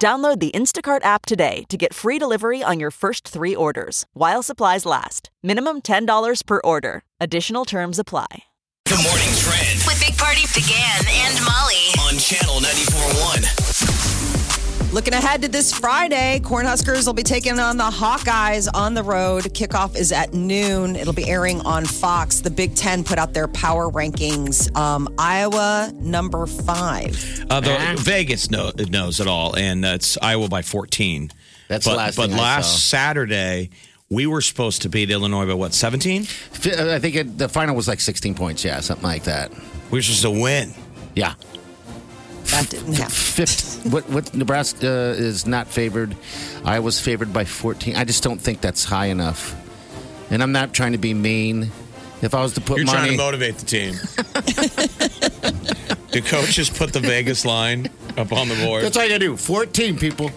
Download the Instacart app today to get free delivery on your first three orders while supplies last. Minimum $10 per order. Additional terms apply. The morning trend With Big Party began and Molly. on channel 94.1. Looking ahead to this Friday, Cornhuskers will be taking on the Hawkeyes on the road. Kickoff is at noon. It'll be airing on Fox. The Big Ten put out their power rankings. Um, Iowa, number five. Although Uh, Uh-huh. Vegas know, knows it all, and that's Iowa by 14. That's but, the last But thing I last saw. Saturday, we were supposed to beat Illinois by what, 17? F- uh, I think it, the final was like 16 points. Yeah, something like that. We were supposed to win. Yeah. That didn't happen. Fifth. what, what Nebraska uh, is not favored. I was favored by 14. I just don't think that's high enough. And I'm not trying to be mean. If I was to put You're trying money, to motivate the team. the coaches put the Vegas line up on the board. that's all you do. 14 people.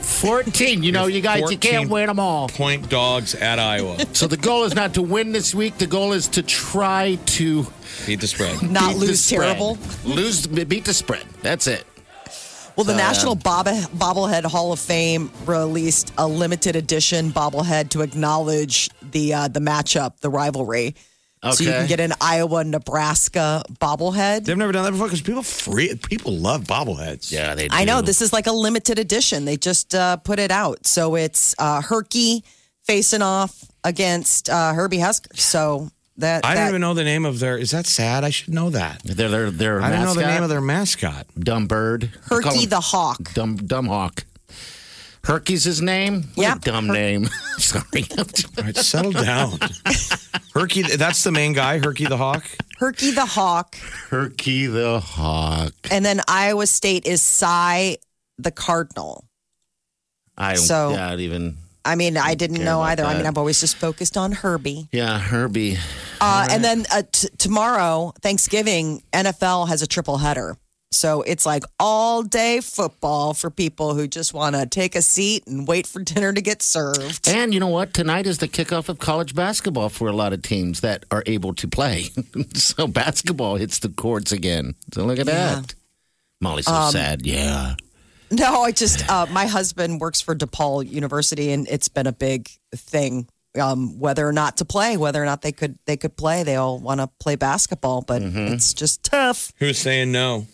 14. You know, you guys, you 14 can't win them all. Point dogs at Iowa. So the goal is not to win this week. The goal is to try to Beat the spread. Not beat the lose spread. terrible. Lose, beat the spread. That's it. Well, the National Bob- Bobblehead Hall of Fame released a limited edition bobblehead to acknowledge the uh, the matchup, the rivalry. So you Okay. can get an Iowa Nebraska bobblehead. They've never done that before because people free people love bobbleheads. Yeah, they. Do. I know this is like a limited edition. They just uh, put it out, so it's uh, Herky facing off against uh, Herbie Husker. So that, I that don't even know the name of their. Is that sad? I should know that. They're their their I don't know mascot. the name of their mascot. dumb bird. They call Herky him the hawk. dumb dumb hawk. Herky's his name. What Yep. a dumb name. Sorry. All right, settle down. Herky, that's the main guy, Herky the Hawk. Herky the hawk, Herky the hawk. and then Iowa State is Cy the Cardinal. I don't, So- yeah, I don't even. I mean, I didn't care know about either. I mean, that. I've always just focused on Herbie. Yeah, Herbie. Uh, And then uh, t- tomorrow, Thanksgiving, NFL has a triple header. So it's like all day football for people who just want to take a seat and wait for dinner to get served. And you know what? Tonight is the kickoff of college basketball for a lot of teams that are able to play. so basketball hits the courts again. So look at that. Molly's so Um, sad. Yeah. No, I just uh, my husband works for DePaul University, and it's been a big thing um, whether or not to play, whether or not they could they could play. They all want to play basketball, but it's just tough. Who's saying no?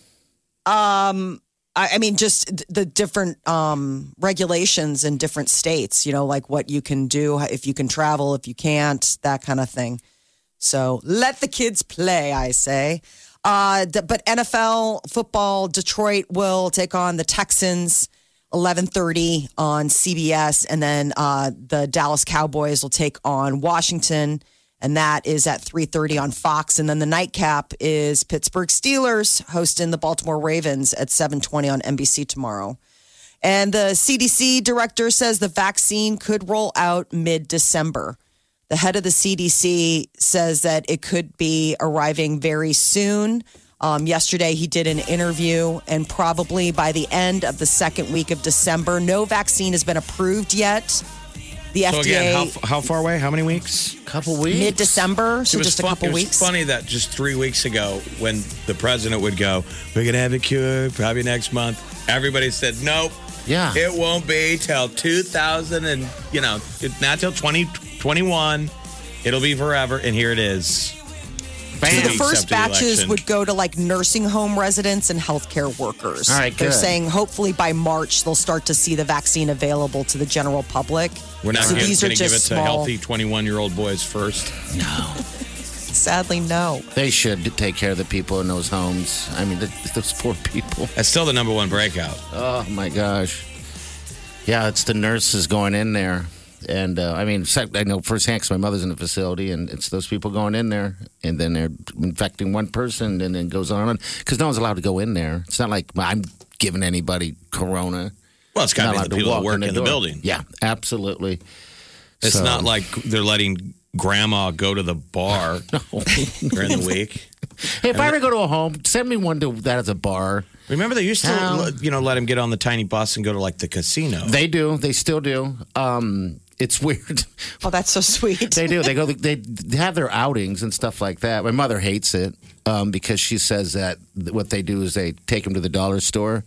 I, I mean, just th- the different um, regulations in different states. You know, like what you can do if you can travel, if you can't, that kind of thing. So let the kids play, I say. Uh, d- but NFL football, Detroit will take on the Texans. 11:30 on CBS, and then uh, the Dallas Cowboys will take on Washington, and that is at 3:30 on Fox. And then the nightcap is Pittsburgh Steelers hosting the Baltimore Ravens at 7:20 on NBC tomorrow. And the CDC director says the vaccine could roll out mid December. The head of the CDC says that it could be arriving very soon. Um, yesterday, he did an interview, and probably by the end of the second week of December, no vaccine has been approved yet. The So FDA again, how, how far away? How many weeks? Couple weeks. mid December, so It was just a fun- couple it was weeks. funny that just three weeks ago, when the president would go, "We're gonna have a cure probably next month," everybody said, "Nope, Yeah. it won't be till 2000 and you know, it, not till 2021. It'll be forever." And here it is. Two the weeks first after the batches election. would go to like nursing home residents and healthcare workers. All right, They're good. saying hopefully by March they'll start to see the vaccine available to the general public. We're not so going these are to give it just to small. healthy 21 year old boys first. Sadly, no. They should take care of the people in those homes. I mean, th- those poor people. That's still the number one breakout. Oh my gosh. Yeah, it's the nurses going in there. And uh, I mean, sec- I know firsthand because my mother's in the facility, and it's those people going in there, and then they're infecting one person, and then it goes on and because no one's allowed to go in there. It's not like I'm giving anybody corona. Well, it's got Not to be the allowed to people walk that work in the, door. building. Yeah, absolutely. It's So- not like they're letting grandma go to the bar during the week. Hey, if I ever go to a home, send me one to that as a bar. Remember, they used to, How? you know, let him get on the tiny bus and go to like the casino. They do. They still do. Um, it's weird. Oh, that's so sweet. They do. They go. They, they have their outings and stuff like that. My mother hates it um, because she says that what they do is they take them to the dollar store,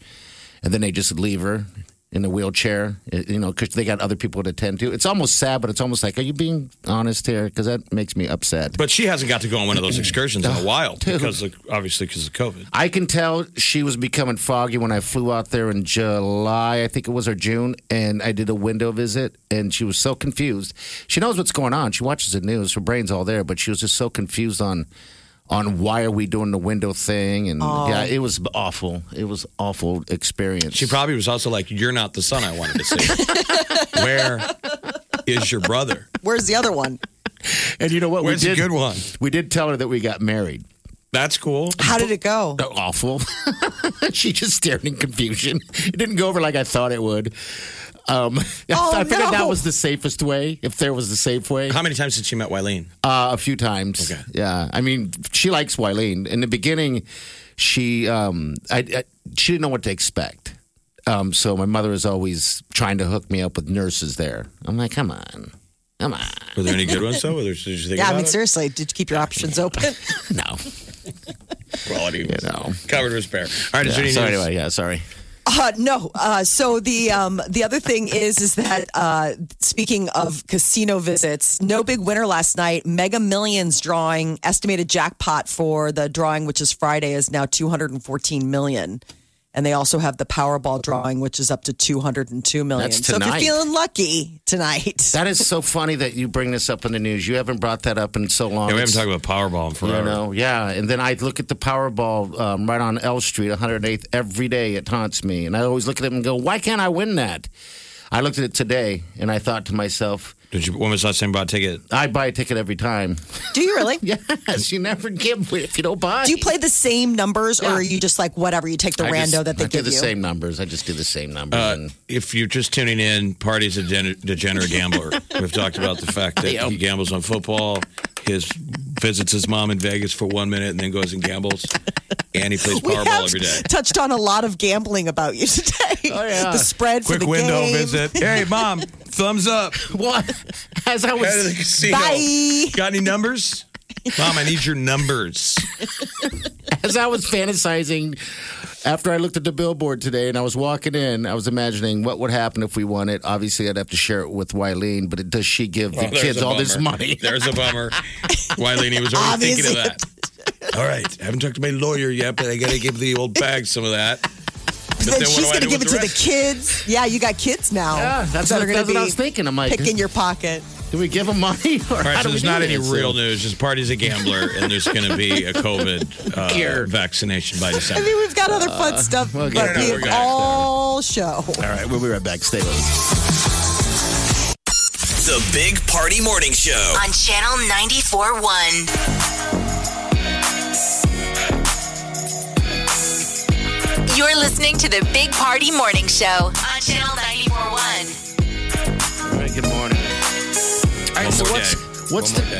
and then they just leave her in a wheelchair. eh, You know, because they got other people to attend to. It's almost sad, but it's almost like, are you being honest here? Because that makes me upset. but she hasn't got to go on one of those excursions in a while because, of, obviously, because of COVID. I can tell she was becoming foggy when I flew out there in July, I think it was, or June, and I did a window visit, and she was so confused. She knows what's going on. She watches the news. Her brain's all there, but she was just so confused on on why are we doing the window thing and yeah it was awful it was awful experience She probably was also like, "You're not the son I wanted to see. Where is your brother? Where's the other one? and you know what Where's we the did good one? we did tell her that we got married That's cool." How did it go? awful. she just stared in confusion. It didn't go over like I thought it would. Um, I, Oh, I figured that no. was the safest way, if there was the safe way. How many times did she met Wileen? Uh, a few times. Okay. Yeah. I mean, she likes Wileen. In the beginning, she um, I, I, she didn't know what to expect. Um, so my mother is always trying to hook me up with nurses there. I'm like, come on, come on. Were there any good ones though? Were there, did you think Yeah, I about mean, it? seriously, did you keep your options open? No, Quality, you know. covered with spare. All right, is there any Yeah, so news? anyway, yeah, sorry. Uh, no. Uh, so the um, the other thing is is that uh, speaking of casino visits, no big winner last night. Mega Millions drawing estimated jackpot for the drawing, which is Friday, is now two hundred and fourteen million. And they also have the Powerball drawing, which is up to two hundred and two million. That's so if you're tonight. feeling lucky tonight, That is so funny that you bring this up in the news. You haven't brought that up in so long. Yeah, we It's- haven't talked about Powerball in forever. You know, yeah. And then I look at the Powerball um, right on L Street, 108th, every day. It haunts me. And I always look at it and go, why can't I win that? I looked at it today and I thought to myself, Did you? When was the last time you bought a ticket? I buy a ticket every time. do you really? yes, you never give if you don't buy. Do you play the same numbers, or are you just like whatever? You take the I rando just- that they I give do the you. same numbers. I just do the same numbers. Uh, and If you're just tuning in, Party's a gen- degenerate gambler. We've talked about the fact that I am. he gambles on football. His visits his mom in Vegas for one minute and then goes and gambles, and he plays We Powerball have every day. touched on a lot of gambling about you today. Oh, yeah. The spread for Quick the window game. visit. Hey, mom, thumbs up. what? As I Go to the was, casino. Bye. Got any numbers? Mom, I need your numbers. as I was fantasizing after I looked at the billboard today and I was walking in, I was imagining what would happen if we won it. Obviously, I'd have to share it with Wileen, but does she give the Oh, There's kids a all this bummer. money? There's a bummer. Wileen, he was already thinking of that. All right. I haven't talked to my lawyer yet, but I got to give the old bag some of that. But then what do she's I going to do give it with to the the rest? kids. Yeah, you got kids now. Yeah, that's, that what, are going that's to what be I was thinking. I'm like, pick in your pocket. do we give them money? Or All right, so there's not any real news. news. Just party's a gambler, and there's going to be a COVID uh, Cure. vaccination by I December. mean, we've got other fun Uh, stuff, we'll get but it. we We're have back all show. All right, we'll be right back. Stay with us. The Big Party Morning Show. on Channel 94.1. You're listening to the Big Party Morning Show on Channel 94.1. All right, good morning. All right, One so more what's day.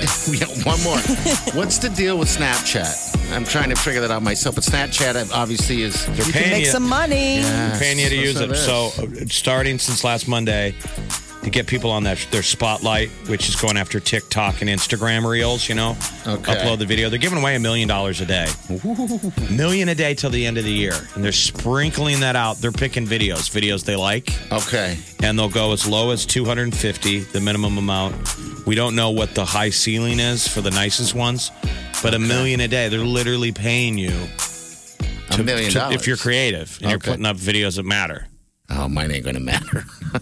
what's One more the yeah, one more? what's the deal with Snapchat? I'm trying to figure that out myself. But Snapchat uh, obviously is They're Can paying make you, some money. Yeah, paying you to use it. is. So, uh, starting since last Monday, to get people on that their spotlight, which is going after TikTok and Instagram Reels. You know, Okay. upload the video. They're giving away a million dollars a day, million a day till the end of the year, and they're sprinkling that out. They're picking videos, videos they like. okay. and they'll go as low as 250 the minimum amount we don't know what the high ceiling is for the nicest ones but a million a day they're literally paying you A million to- dollars. if you're creative and you're Okay. putting up videos that matter oh, mine ain't gonna matter.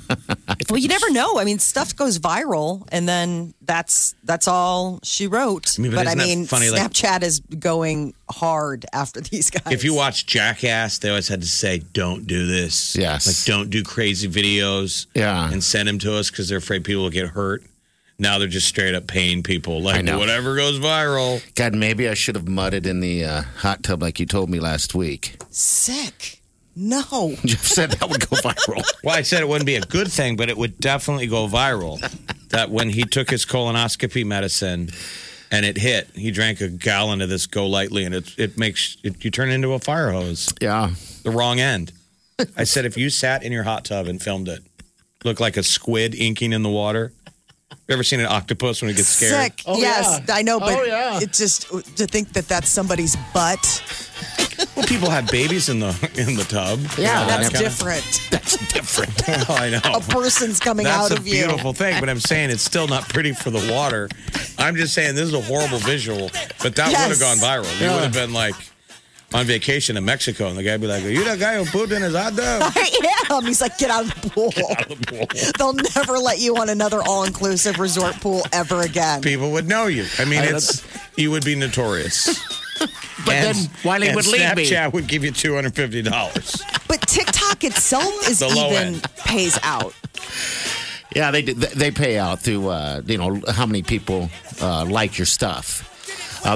Well, you never know. I mean, stuff goes viral, and then that's that's all she wrote. I mean, but I isn't that mean, funny, like- Snapchat is going hard after these guys. if you watch jackass they always had to say don't do this Yes. like don't do crazy videos Yeah. and send them to us because they're afraid people will get hurt now they're just straight up paying people like know. whatever goes viral God, maybe I should have mudded in the uh, hot tub like you told me last week. sick. No. Jeff said that would go viral. Well, I said it wouldn't be a good thing, but it would definitely go viral. That when he took his colonoscopy medicine and it hit, he drank a gallon of this Go Lightly, and it it makes it, you turn into a fire hose, Yeah. the wrong end. I said if you sat in your hot tub and filmed it, look like a squid inking in the water. You ever seen an octopus when it gets scared? Sick. Oh, yes, yeah. I know, but Oh, yeah. it's just to think that that's somebody's butt. Well, people have babies in the in the tub. Yeah, Oh, That That's kind of- different. That's different. Well, I know. A person's coming out That's a of you. beautiful thing, but I'm saying it's still not pretty for the water. I'm just saying this is a horrible visual, but that would Yes. have gone viral. You would have been like on vacation in Mexico, and the guy would be like, "Are you that guy who pooped in his hot dog?" I am. He's like, get out of the pool. They'll never let you on another all inclusive resort pool ever again. People would know you. I mean, I it's you would be notorious. But then Wiley and would leave me. Snapchat would give you two hundred fifty dollars. But TikTok itself is The low even end. pays out. Yeah, they do- they pay out through uh, you know how many people uh, like your stuff. Uh,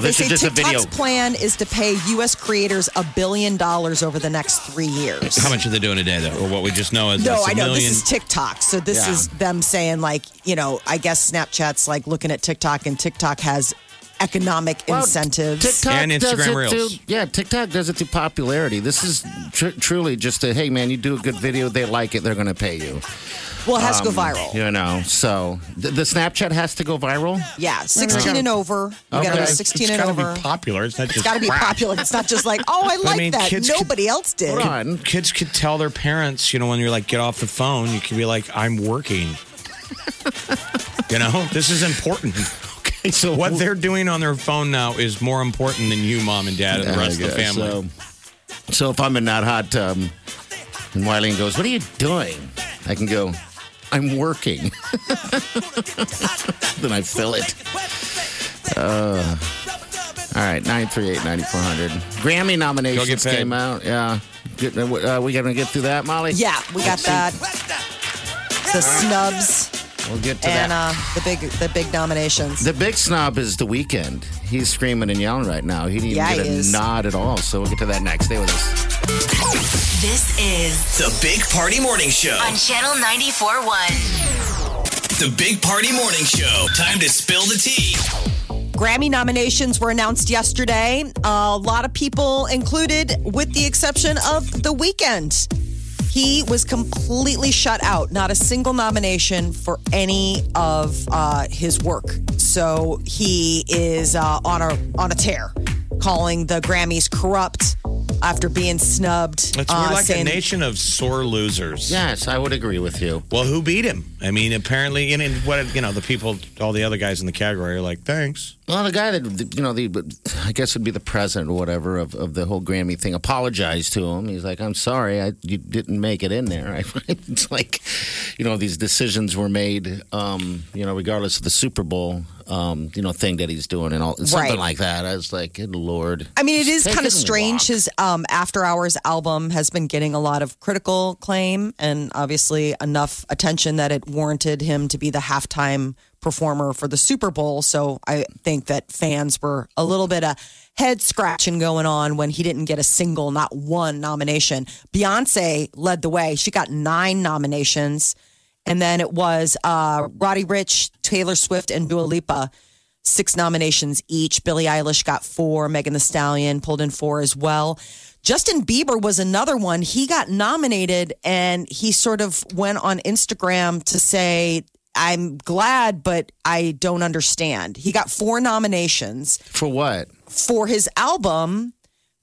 They this say is just a video. TikTok's plan is to pay U.S. creators a billion dollars over the next three years. How much are they doing a day, though? Or what we just know is No, it's a I know million- this is TikTok. So this Yeah. is them saying like, you know, I guess Snapchat's like looking at TikTok and TikTok has economic incentives. TikTok And does Instagram it Reels. through- yeah, TikTok does it through popularity. This is tr- truly just a hey man, you do a good video, they like it, they're going to pay you. well, it has to go viral. You know, so th- the Snapchat has to go viral. Yeah, 16 and over. You got to go Okay. 16 it's and gotta over. Be popular. It's not just It's got to be crap. popular. It's not just like, oh, I like mean, that. kids could- Nobody else did. Hold on. kids could tell their parents, you know, when you're like, get off the phone, you could be like, I'm working. you know, this is important. Okay, so What they're doing on their phone now is more important than you, mom and dad, and the I rest of the guess, family. So, so if I'm in that hot tub and Wileen goes, What are you doing? I can go, I'm working. then I fill it. Uh, all right, 938 9400. Grammy Go get nominations paid. came out. Yeah. Get, uh, we going to get through that, Molly? Yeah, we got that. The snubs We'll get to and that. uh, the big the big nominations. The big snob is the weekend. He's screaming and yelling right now. He didn't even Yeah, get a he is. nod at all. So we'll get to that next. Stay with us. This is The Big Party Morning Show. on Channel 94.1. The Big Party Morning Show. Time to spill the tea. Grammy nominations were announced yesterday. A lot of people included, with the exception of The Weeknd. He was completely shut out, not a single nomination for any of uh, his work. So he is uh, on a on a tear, calling the Grammys corrupt after being snubbed. It's, uh, we're like a saying- nation of sore losers. Yes, I would agree with you. Well, who beat him? I mean, apparently, and, and what you know, the people, all the other guys in the category are like, thanks. Well, the guy that you know, the I guess would be the president or whatever of, of the whole Grammy thing. Apologized to him. He's like, "I'm sorry, I you didn't make it in there." it's like, you know, these decisions were made, um, you know, regardless of the Super Bowl, um, you know, thing that he's doing and all something Right. like that. I was like, "Good lord!" I mean, it is Just take kind of and strange. walk. His um, After Hours album has been getting a lot of critical acclaim and obviously enough attention that it warranted him to be the halftime performer for the Super Bowl. So I think that fans were a little bit of head scratching going on when he didn't get a single, not one nomination. Beyonce led the way, she got nine nominations. And then it was uh, Roddy Rich, Taylor Swift, and Dua Lipa six nominations each. Billie Eilish got four. Megan The Stallion pulled in four as well. Justin Bieber was another one. He got nominated and he sort of went on Instagram to say, I'm glad, but I don't understand. He got four nominations for what? for his album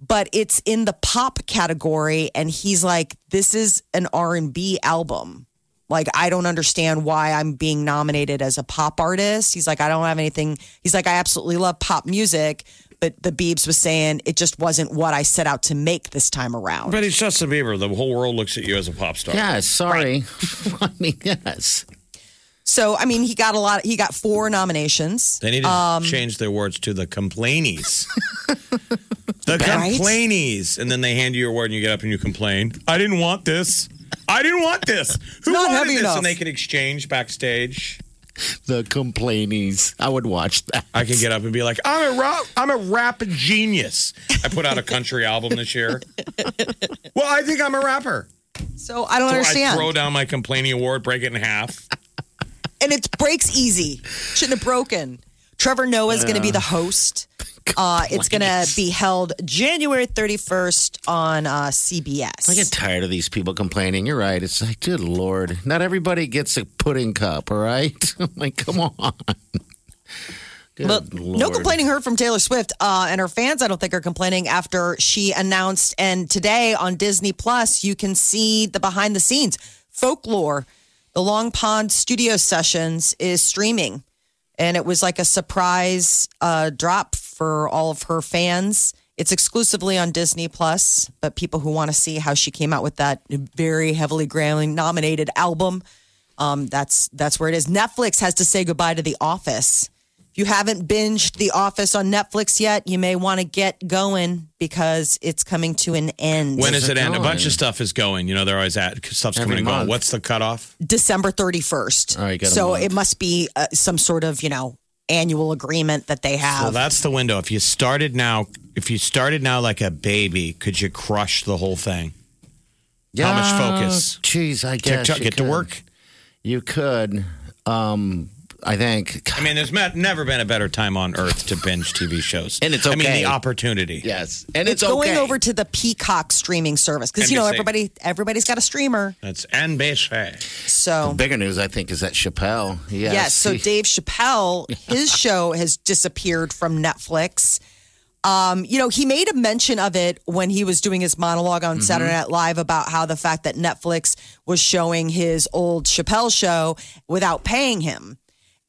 but it's in the pop category and he's like this is an r&b album like i don't understand why i'm being nominated as a pop artist he's like i don't have anything he's like i absolutely love pop music but the Biebs was saying it just wasn't what I set out to make this time around. But it's Justin Bieber. The whole world looks at you as a pop star. Yes, sorry. I mean, yes. So I mean, he got a lot. He got four nominations. They need to Um, change their words to the complainies. the Right? complainies. And then they hand you your award and you get up and you complain. I didn't want this. I didn't want this. Who not wanted heavy this? enough. And they can exchange backstage. the complainies. I would watch that. I can get up and be like, I'm a rock, I'm a rap genius. I put out a country album this year. Well, I think I'm a rapper. So I don't So I understand. throw down my complaining award, break it in half. and it breaks easy. Shouldn't have broken. Trevor Noah's going to be the host. Uh, it's going to be held January 31st on uh, CBS. I get tired of these people complaining. You're right. It's like, good lord, not everybody gets a pudding cup. All right, I'm like, come on. Good But no lord. complaining heard from Taylor Swift, uh, and her fans, I don't think, are complaining after she announced. And today on Disney Plus, you can see the behind the scenes folklore. The Long Pond Studio Sessions is streaming, and it was like a surprise uh, drop for all of her fans. It's exclusively on Disney Plus, but people who want to see how she came out with that very heavily Grammy nominated album, um, that's that's where it is. Netflix has to say goodbye to The Office. If you haven't binged The Office on Netflix yet, you may want to get going because it's coming to an end When Is is it it end? A bunch going? of stuff is going. You know, they're always at stuff's Every coming and going. month. What's the cutoff? December 31st. All right, got a so month. it must be uh, some sort of, you know, annual agreement that they Well, have. that's the window. If you started now, if you started now like a baby, could you crush the whole thing? How much focus? Jeez, I guess TikTok, you get to could. work. You could. Um, I think. I mean, there's met, never been a better time on earth to binge TV shows. And it's I mean, okay. the opportunity. Yes, and it's, it's going okay. over to the Peacock streaming service because you know NBC. everybody everybody's got a streamer. That's NBC. So Bigger news, I think, is that Chappelle. Yes. yes, so he- Dave Chappelle, his show has disappeared from Netflix. Um, you know, he made a mention of it when he was doing his monologue on Saturday Night Live about how the fact that Netflix was showing his old Chappelle show without paying him.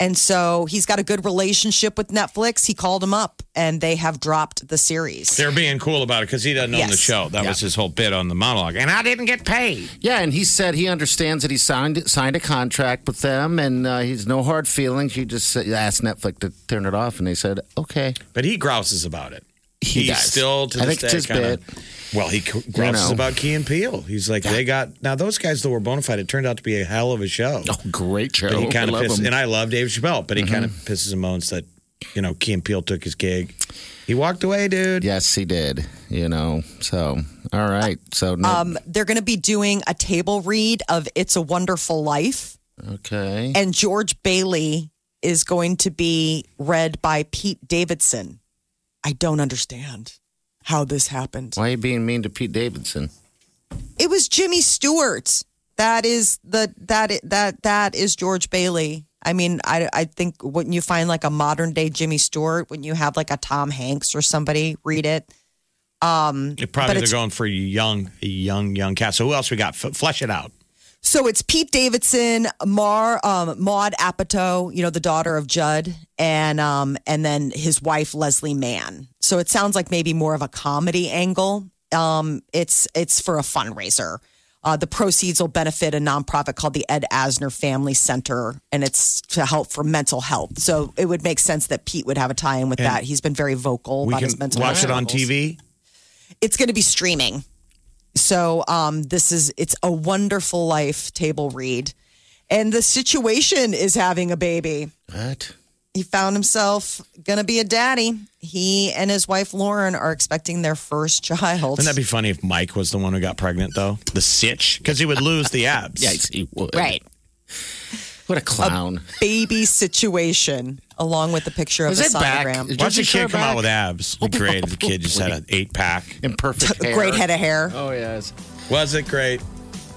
And so he's got a good relationship with Netflix. He called him up and they have dropped the series. They're being cool about it because he doesn't own the Yes. show. That was his whole bit on the monologue. And I didn't get paid. Yeah, and he said he understands that he signed signed a contract with them, and uh, he's no hard feelings. He just said- asked Netflix to turn it off, and they said okay. But he grouses about it. He He's does. still to I this think it's day his kinda- bit. Well, he co- grouses know. about Key and Peele. He's like, they got now those guys that were bona fide. It turned out to be a hell of a show. Oh, great show! But he kind of love pisses, him. Mm-hmm. and I love Dave Chappelle, but he kind of pisses and moans that you know Key and Peele took his gig. He walked away, dude. yes, he did. You know, so all right, so no, Um, they're going to be doing a table read of It's a Wonderful Life. okay. And George Bailey is going to be read by Pete Davidson. I don't understand how this happened. Why are you being mean to Pete Davidson? It was Jimmy Stewart. That is the that that that is George Bailey. I mean, I I think wouldn't you find like a modern day Jimmy Stewart? Wouldn't you have like a Tom Hanks or somebody read it? It probably But they're it's- going for young, young, young cast. So who else we got? F- flesh it out. So it's Pete Davidson, Mar, um, Maud Apatow, you know, the daughter of Judd, and um, and then his wife Leslie Mann. So it sounds like maybe more of a comedy angle. Um, it's it's for a fundraiser. Uh, the proceeds will benefit a nonprofit called the Ed Asner Family Center, and it's to help for mental health. So it would make sense that Pete would have a tie-in with that. He's been very vocal We about his can mental watch health it on struggles TV. it's going to be streaming. So um, this is it's a wonderful life table read, and the situation is having a baby. What? He found himself going to be a daddy. He and his wife Lauren are expecting their first child. Wouldn't that be funny if Mike was the one who got pregnant though? The sitch, because he would lose the abs. Yes, he would. Right. What a clown! baby situation, along with the picture of Is a it back? sonogram. Watch a Georgia kid come Shore out with back? abs. It'd be great if the kid just had an eight pack. Imperfect hair. Great head of hair. Oh yes. Was it great?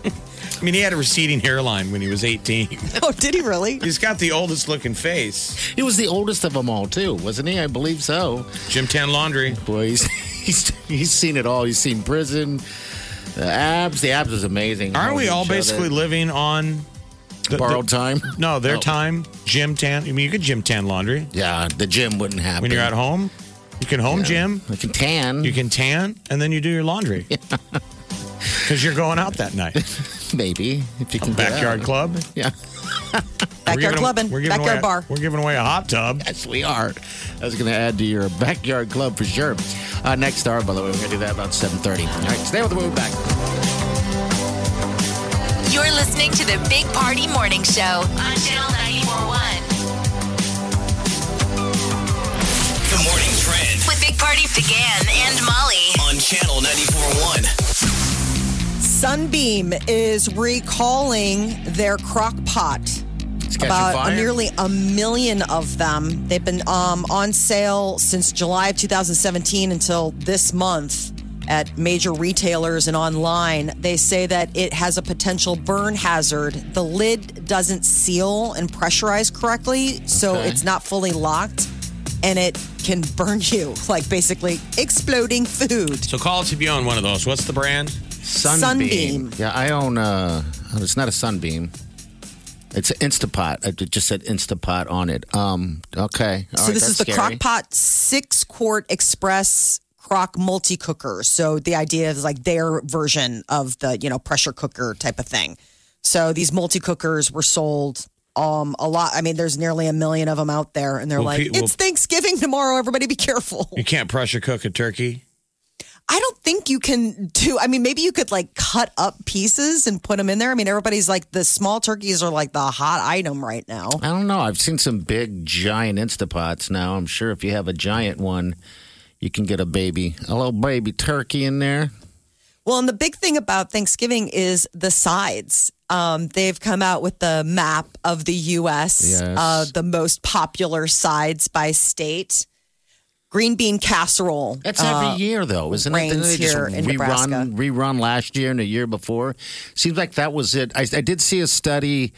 I mean, he had a receding hairline when he was 18. Oh, did he really? He's got the oldest looking face. He was the oldest of them all, too, wasn't he? I believe so. Jim Tan Laundry. Boy, he's, he's, he's seen it all. He's seen prison, the abs. The abs was amazing. Aren't we Holding all each other. basically living on the- borrowed the- time? No, their Oh. time. Gym tan. I mean, you could gym tan laundry Yeah, the gym wouldn't happen. when you're at home. You can home gym. I can tan. You can tan, and then you do your laundry because you're going out that night. maybe if you can get Backyard out. club. Yeah, We're Backyard giving away- clubbing, we're giving backyard away a- bar. We're giving away a hot tub. yes, we are. I was going to add to your backyard club for sure. Uh, next hour, by the way, we're going to do that about seven thirty. All right, stay with the move back. You're listening to the Big Party Morning Show on Channel 941. Sunbeam is recalling their crock pot. It's catching About fire. nearly a million of them. They've been um, on sale since July of 2017 until this month at major retailers and online. They say that it has a potential burn hazard. The lid doesn't seal and pressurize correctly, so Okay. it's not fully locked and it can burn you, like basically exploding food. So call us if you own one of those. What's the brand? Sunbeam. Yeah, I own. Uh, it's not a sunbeam. It's an Instapot. I ju- just said Instapot on it. Um. Okay. All so right, this that's is the scary. crock pot six quart express crock multi cooker. So the idea is like their version of the, you know, pressure cooker type of thing. So these multi cookers were sold um a lot. I mean, there's nearly a million of them out there and they're Well, like, pe- well- It's Thanksgiving tomorrow, everybody be careful. You can't pressure cook a turkey. I don't think you can do I mean, maybe you could like cut up pieces and put them in there. I mean, everybody's like the small turkeys are like the hot item right now. I don't know. I've seen some big, giant Instapots now. I'm sure if you have a giant one, you can get a baby, a little baby turkey in there. Well, and the big thing about Thanksgiving is the sides. Um, they've come out with the map of the U.S., Yes. uh, the most popular sides by state. Green bean casserole. That's Uh, every year, though, isn't it? Didn't rains they just here in rerun, Nebraska. rerun last year and the year before. Seems like that was it. I, I did see a study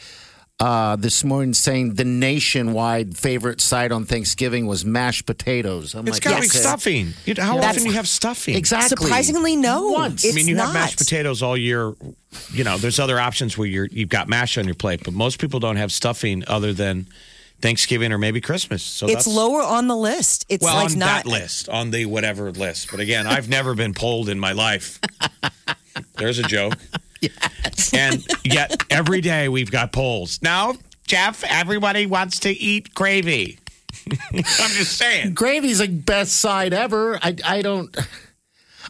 uh, this morning saying the nationwide favorite side on Thanksgiving was mashed potatoes. I'm It's like, got to be okay. stuffing. You- How That's- often do you have stuffing? Exactly. Surprisingly, no. Once. I It's mean, you have not. mashed potatoes all year. You know, there's other options where you're, you've got mash on your plate, but most people don't have stuffing other than Thanksgiving or maybe Christmas. So It's that's, lower on the list. It's Well, like on not. that list, on the whatever list. But again, I've never been polled in my life. There's a joke. And yet, every day we've got polls. Now, Jeff, everybody wants to eat gravy. I'm just saying. Gravy's like best side ever. I I don't.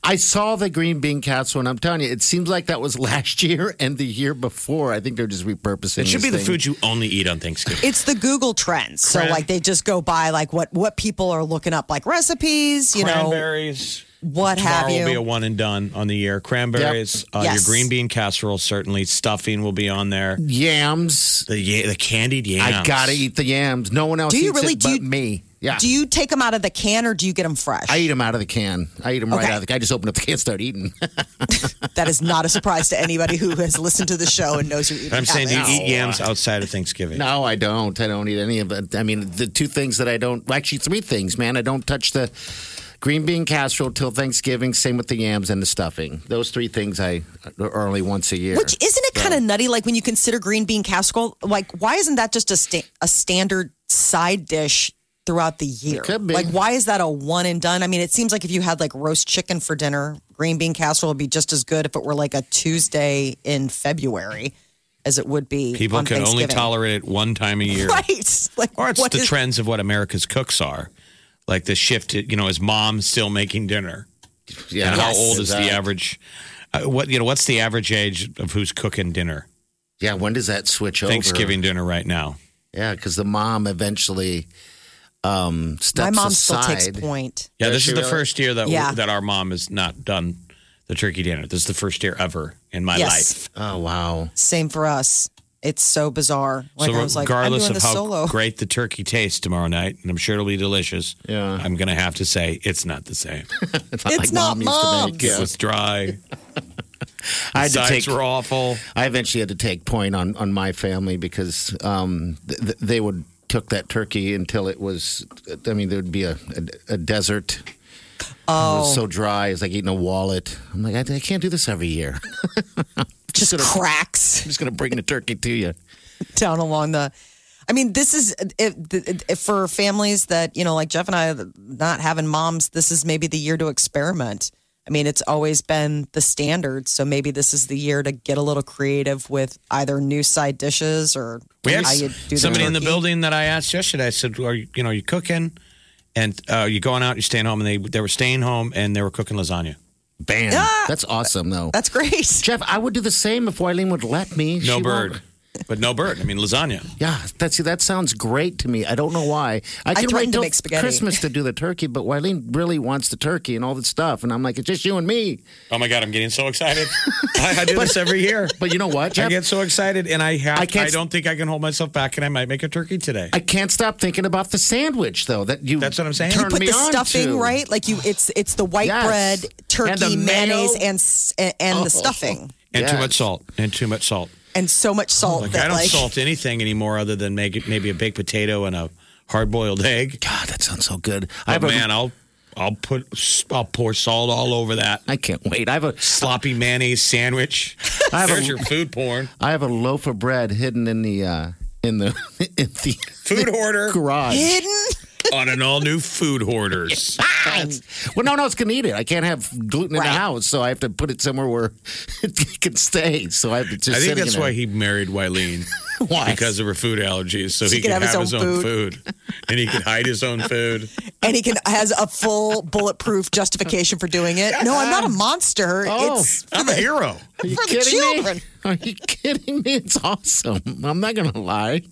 I saw the green bean casserole, and I'm telling you, it seems like that was last year and the year before. I think they're just repurposing. It should be the this thing. food you only eat on Thanksgiving. It's the Google trends. So Cran- like they just go by like what what people are looking up, like recipes. You know Cranberries. what have Tomorrow you? will be a one and done on the year. Cranberries, uh, Yes. your green bean casserole, certainly. Stuffing will be on there. Yams. The ya- the candied yams. I gotta eat the yams. No one else Do you eats really- it do but you- me. Yeah. do you take them out of the can or do you get them fresh? I eat them out of the can. I eat them right Okay. out of the can. I just open up the can and start eating. That is not a surprise to anybody who has listened to the show and knows you're eating. I'm saying, do you cabbage. eat yams outside of Thanksgiving? no, I don't. I don't eat any of it. I mean, the two things that I don't, well, actually, three things, man. I don't touch the green bean casserole till Thanksgiving. Same with the yams and the stuffing. Those three things I are only once a year. Which isn't it kind of nutty? Like when you consider green bean casserole, like why isn't that just a sta- a standard side dish throughout the year? could be. Like why is that a one and done? I mean, it seems like if you had like roast chicken for dinner, green bean casserole would be just as good if it were like a Tuesday in February as it would be. People on can only Thanksgiving. tolerate it one time a year. Right, like Or it's what the is- trends of what America's cooks are. Like the shift, you know, is mom still making dinner? yeah. And how Yes. old is the Exactly. average? Uh, what you know? What's the average age of who's cooking dinner? Yeah, when does that switch over? Thanksgiving dinner right now. Yeah, because the mom eventually um, My steps mom still aside. takes point. Yeah, Does this she is the really? first year that Yeah. that our mom has not done the turkey dinner. This is the first year ever in my yes, life. Oh wow. same for us. It's so bizarre. Like I was so like, I'm regardless doing of this how solo. great the turkey tastes tomorrow night, and I'm sure it'll be delicious. Yeah. I'm gonna have to say it's not the same. It's It's not used to make. It was dry. I had to Sides take. were awful. I eventually had to take point on on my family because um, th- th- they would cook that turkey until it was. I mean, there would be a a, a desert. It Oh. was so dry. It's like eating a wallet. I'm like, I, I can't do this every year. I'm just cracks. just gonna bring the turkey to you. down along the. I mean, this is if, if for families that you know, like Jeff and I, not having moms. This is maybe the year to experiment. I mean, it's always been the standard, so maybe this is the year to get a little creative with either new side dishes or We had how you do somebody in the turkey. building that I asked yesterday. I said, "Are you, you know, are you cooking? And uh, you going out? You staying home?" And they they were staying home and they were cooking lasagna. Bam. That's awesome, though. That's great. Jeff, I would do the same if Wileen would let me. No She won't. bird. But no bird. I mean, lasagna. Yeah, that's that sounds great to me. I don't know why. I can threatened wait to till make spaghetti. Christmas to do the turkey, but Wileen really wants the turkey and all the stuff, and I'm like, it's just you and me. Oh my God, I'm getting so excited. I, I do this every year. But you know what? I Jeff? get so excited, and I have. I, I can't s- don't think I can hold myself back, and I might make a turkey today. I can't stop thinking about the sandwich though. That you. That's what I'm saying. turned put me the on stuffing to. right like you it's it's the white Yes. bread And the turkey mayo. mayonnaise and s- and, and the Oh. stuffing and too Yes. much salt. And too much salt. and so much Oh salt Like that I don't like salt anything anymore, other than make it, maybe a baked potato and a hard boiled egg. God, that sounds so good. I Oh, have a man, I'll I'll put I'll pour salt all over that I can't wait. I have a sloppy mayonnaise sandwich. I have a- There's your food porn. I have a loaf of bread hidden in the uh, in the in the Food hoarder garage. hidden on an all new food hoarders. Well, no, no, it's gonna eat it. I can't have gluten in Right. the house, so I have to put it somewhere where it can stay. So I have to just. I think sitting that's in why it. he married Wileen Why? because of her food allergies, so, he could could have his own food. and he could hide his own food. and he can has a full bulletproof justification for doing it no i'm not a monster Oh. it's I'm a hero. Are you for the kidding children. Me? Are you kidding me? It's awesome. I'm not gonna lie.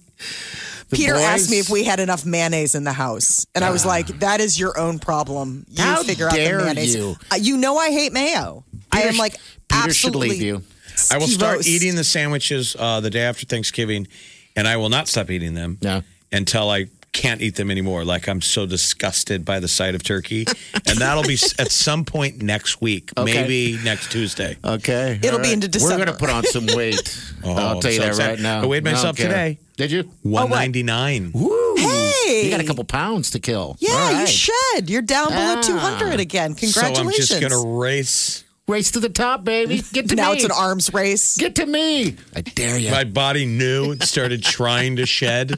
The Peter boys- Ah. asked me if we had enough mayonnaise in the house, and I was like, "That is your own problem. You How figure dare out the mayonnaise. you. Uh, you know I hate mayo. I Peter am sh- like Peter should absolutely. leave you. I will start skivos. eating the sandwiches uh, the day after Thanksgiving, and I will not stop eating them Yeah. until I can't eat them anymore. Like I'm so disgusted by the sight of turkey, and that'll be s- at some point next week, Okay. Oh, maybe next Tuesday. Okay. It'll all be into We're December. Oh, gonna put on some weight. I'll I'm tell you so that excited. right now. I weighed don't myself care. today. Did you? One ninety nine. Woo! Hey! You got a couple pounds to kill. Yeah, All you right. should. You're down below Ah. 200 again. So I'm Congratulations. just gonna race. Race to the top, baby. Get to now me. it's an arms race. Get to me. I dare you. My body knew it started trying to shed.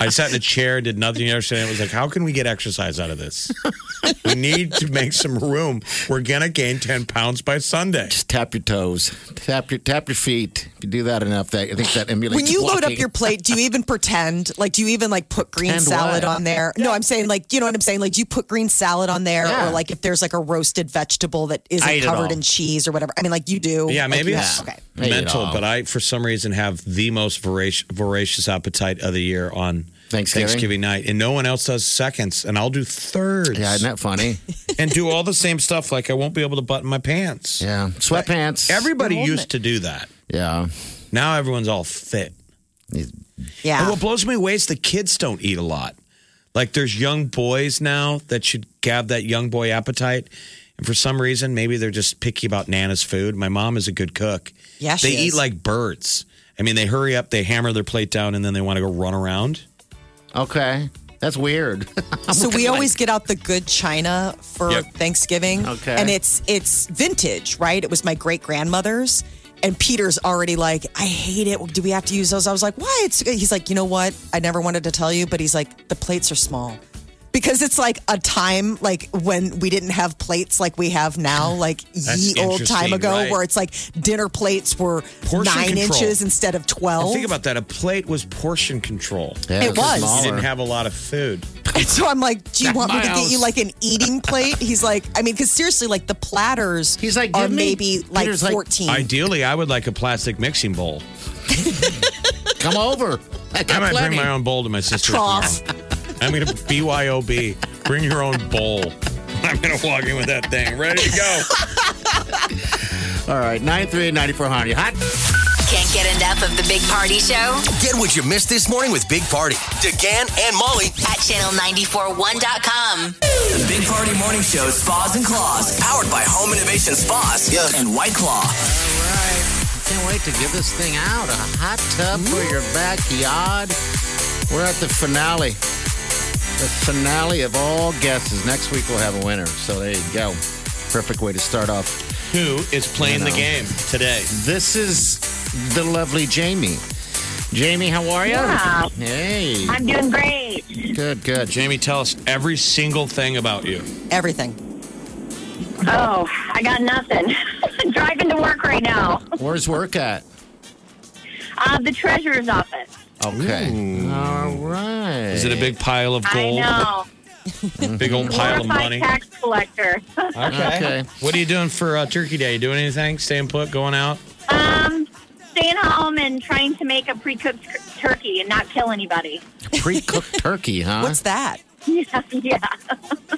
I sat in a chair, did nothing yesterday. It was like, how can we get exercise out of this? We need to make some room. We're gonna gain ten pounds by Sunday. Just tap your toes. Tap your tap your feet. If you do that enough, that I think that emulates. When you load up walking. your plate, do you even pretend? Like, do you even like put green Pretend salad what? on there? No, I'm saying like, you know what I'm saying? Like, do you put green salad on there, Yeah. or like if there's like a roasted vegetable that I isn't eat it covered all. in cheese or whatever? I mean, like you do. Yeah, Like, maybe you- it's Okay. Hey, you mental, know. but I, for some reason, have the most voracious, voracious appetite of the year on Thanksgiving? night, and no one else does seconds, and I'll do thirds, yeah, isn't that funny? and do all the same stuff. Like I won't be able to button my pants. Yeah, sweatpants. Everybody You're holding used to do that. yeah, Now everyone's all fit. And Yeah. what blows me away is the kids don't eat a lot. Like there's young boys now that should have that young boy appetite. And for some reason, maybe they're just picky about Nana's food. My mom is a good cook. Yeah, she They eat is. like birds. I mean, they hurry up, they hammer their plate down, and then they want to go run around. okay, that's weird. So we always get out the good china for Yep. Thanksgiving. Okay. And it's it's vintage, right? It was my great grandmother's. And Peter's already like, I hate it. Do we have to use those? I was like, why? It's he's like, you know what? I never wanted to tell you, but he's like, the plates are small. Because it's like a time like when we didn't have plates like we have now, like ye old time interesting, ago, right. where it's like dinner plates were Portion nine control. inches instead of twelve. And think about that. A plate was portion control. Yeah, Oh. It it's just was. You smaller. didn't have a lot of food. And so I'm like, do you Back want me my to get you house. like an eating plate? He's like, I mean, because seriously, like the platters He's like, are give me- maybe like Peter's like, 14. Ideally, I would like a plastic mixing bowl. Come over. I I got might bring plenty. my own bowl to my sister. trough. tomorrow. I'm going to BYOB. Bring your own bowl. I'm going to walk in with that thing ready to go. All right, nine three ninety four hundred. Hot. Can't get enough of the Big Party Show Get what you missed this morning with Big Party. DeGan and Molly. at channel941.com. The Big Party Morning Show Spas and Claws. Powered by Home Innovation Spas and White Claw. Can't wait to give this thing out. A hot tub for your backyard. We're at the finale. The finale of all guesses. Next week we'll have a winner. So there you go. Perfect way to start off. Who is playing the know. game today? This is the lovely Jamie. Jamie, how are you? Yeah. Hey. I'm doing great. Good, good. Jamie, tell us every single thing about you. Everything. Oh, I got nothing. Driving to work right now. Where's work at? Uh, the treasurer's office. Okay. All right. Is it a big pile of gold? I Big old know. pile of Glorified money. tax collector. Okay. What are you doing for uh, Turkey Day? You doing anything? Staying put? Going out? um, staying home and trying to make a pre-cooked turkey and not kill anybody. Pre-cooked turkey, huh? What's that? Yeah, yeah.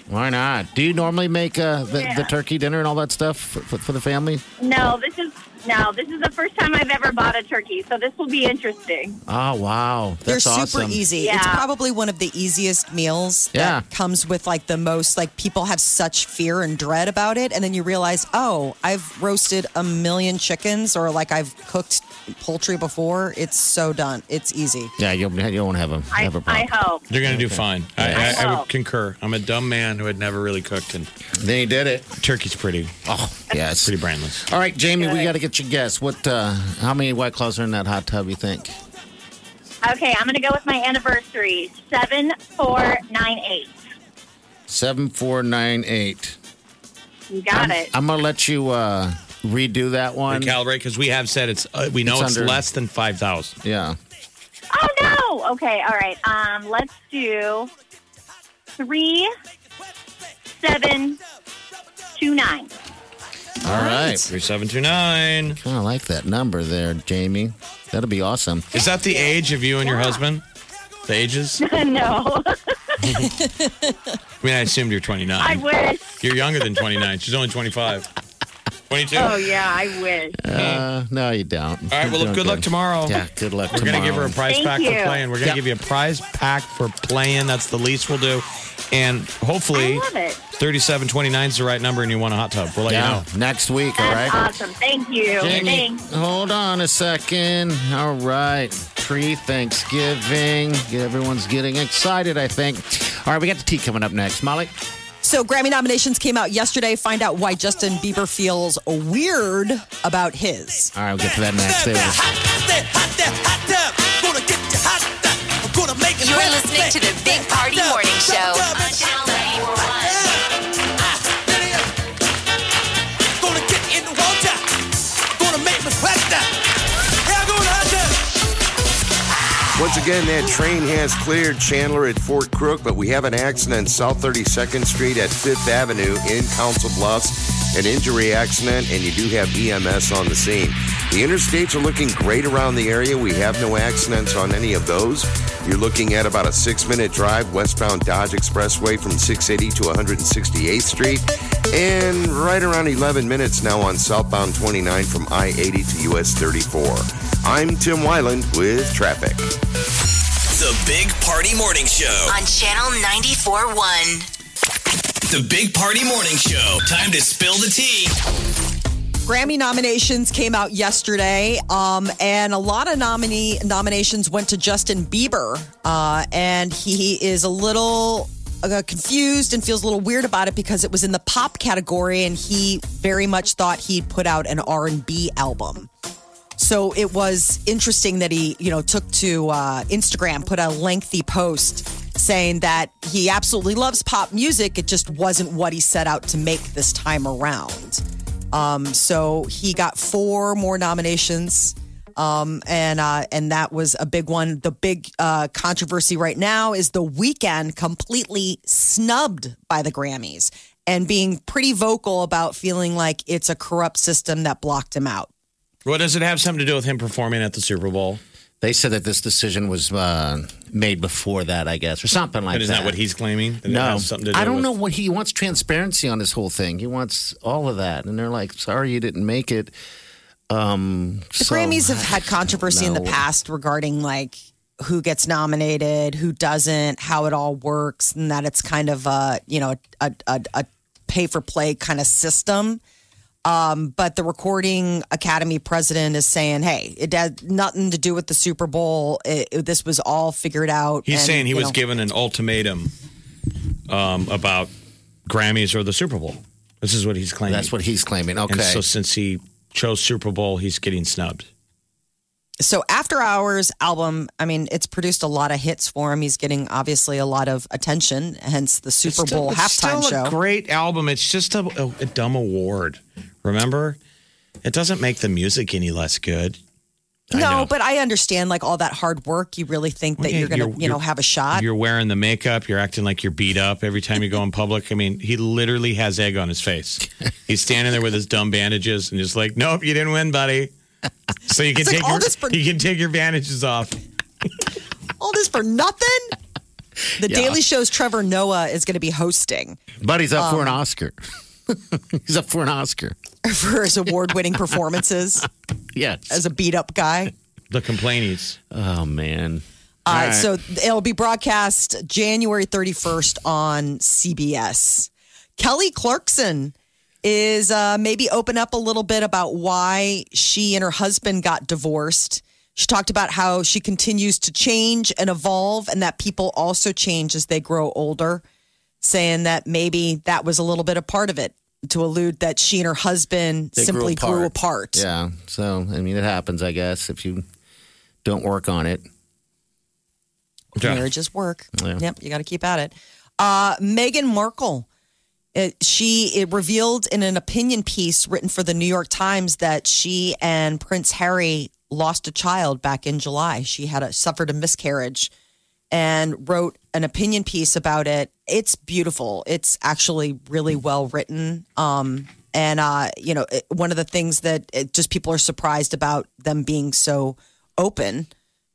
Why not? Do you normally make uh, the, the Yeah. turkey dinner and all that stuff for, for, for the family? No, this is no, this is the first time I've ever bought a turkey, so this will be interesting. Oh, wow. They're That's super awesome. easy. It's Yeah. probably one of the easiest meals Yeah. that comes with like the most like people have such fear and dread about it and then you realize, "Oh, I've roasted a million chickens or like I've cooked poultry before. It's so done. It's easy." Yeah, you'll, you won't have a, I, have a I problem. hope. You're going to do fine. I, I, I Wow. would concur. I'm a dumb man who had never really cooked, and Then you did it. turkey's pretty, Oh, yes. pretty brainless. All right, Jamie, we got to get your guess. What? Uh, how many white claws are in that hot tub? You think? Okay, I'm gonna go with my anniversary. Seven four nine eight. Seven, four, nine, eight. You got it. I'm gonna let you uh, redo that one. Recalibrate because we have said it's. Uh, we know It's it's, under- less than five thousand. yeah. oh no! Okay, all right. Um, let's do three seven two nine. All right. Three seven two nine. I like that number there, Jamie. That'll be awesome. Is that the age of you and your husband? The ages? I no, mean, I assumed you're I 29. wish. You're younger than 29. She's only 25. 22. Oh All yeah, I wish. Uh, no, you don't. All right. Well, good luck tomorrow. Yeah, good luck We're tomorrow. going to give her a prize Thank pack you. for playing. We're going to Yeah. give you a prize pack for playing. That's the least we'll do. And hopefully, I love it. 3729 is the right number and you want a hot tub. We'll let yeah, you next week. All right. That's awesome. Thank you. Jamie, Thanks. hold on a second. All right. Pre Thanksgiving. Everyone's getting excited, I think. All right, we got the tea coming up next. Molly? So Grammy nominations came out yesterday. Find out why Justin Bieber feels weird about his. All right, we'll get to that next. Stay with us. You're listening to the Big Party Morning Show on Channel 941. Once again, that train has cleared Chandler at Fort Crook, but we have an accident South 32nd Street at 5th Avenue in Council Bluffs, an injury accident, and you do have EMS on the scene. The interstates are looking great around the area. We have no accidents on any of those. You're looking at about a six minute drive westbound Dodge Expressway from 680 to 168th Street, and right around 11 minutes now on southbound 29 from I 80 to US 34. I'm Tim Wyland with traffic. The Big Party Morning Show. On Channel 941. The Big Party Morning Show. Time to spill the tea. Grammy nominations came out yesterday, um, and a lot of nominee nominations went to Justin Bieber, uh, and he is a little uh, confused and feels a little weird about it because it was in the pop category, and he very much thought he'd put out an R and B album. So it was interesting that he, you know, took to uh, Instagram, put a lengthy post saying that he absolutely loves pop music. It just wasn't what he set out to make this time around. Um, so he got four more nominations. Um, and uh, and that was a big one. The big uh, controversy right now is the weekend completely snubbed by the Grammys and being pretty vocal about feeling like it's a corrupt system that blocked him out. know. Well, does it have something to do with him performing at the Super Bowl? They said that this decision was uh, made before that, I guess, or something like And is that. that what he's claiming? That it No, has something to do I don't with- know what he wants. Transparency on this whole thing. He wants all of that, and they're like, "Sorry, you didn't make it." Um, The Grammys have had controversy in the No. past regarding like who gets nominated, who doesn't, how it all works, and that it's kind of a you know a a, a pay for play kind of system. Um, but the recording academy president is saying, "Hey, it had nothing to do with the Super Bowl. It, it- this was all figured out." He's and, saying he you was know, given an ultimatum um, about Grammys or the Super Bowl. This is what he's claiming. That's what he's claiming. Okay, And so since he chose Super Bowl, he's getting snubbed. so after hours album i mean it's produced a lot of hits for him he's getting obviously a lot of attention hence the super bowl halftime it's show still a great album. It's just a, a, a dumb award. Remember, it doesn't make the music any less good. No, but I understand like all that hard work. You really think that Yeah, you're gonna, you're- you know, you're- have a shot. You're wearing the makeup. You're acting like you're beat up every time you go in public. I mean, he literally has egg on his face. He's standing there with his dumb bandages and just like, nope, you didn't win, buddy. So you can It's like take all your, this for- you can take your bandages off. All this for nothing? The Yeah. Daily Show's Trevor Noah is going to be hosting But he's up Um, for an Oscar. he's up for an Oscar. for his award winning performances Yes. as a beat up guy. The complainies. oh man. Uh, All right. So it'll be broadcast January 31st on CBS. Kelly Clarkson is uh, maybe open up a little bit about why she and her husband got divorced. She talked about how she continues to change and evolve, and that people also change as they grow older, saying that maybe that was a little bit a part of it to allude that she and her husband They simply grew apart. Yeah. So I mean, it happens, I guess, if you don't work on it. Yeah. Marriages work. Yeah. Yep, you got to keep at it. Uh, Meghan Markle, it, she it revealed in an opinion piece written for the New York Times that she and Prince Harry lost a child back in July. She had a, suffered a miscarriage and wrote an opinion piece about it. It's beautiful. It's actually really well written. Um, and uh, you know, it, one of the things that it, just people are surprised about them being so open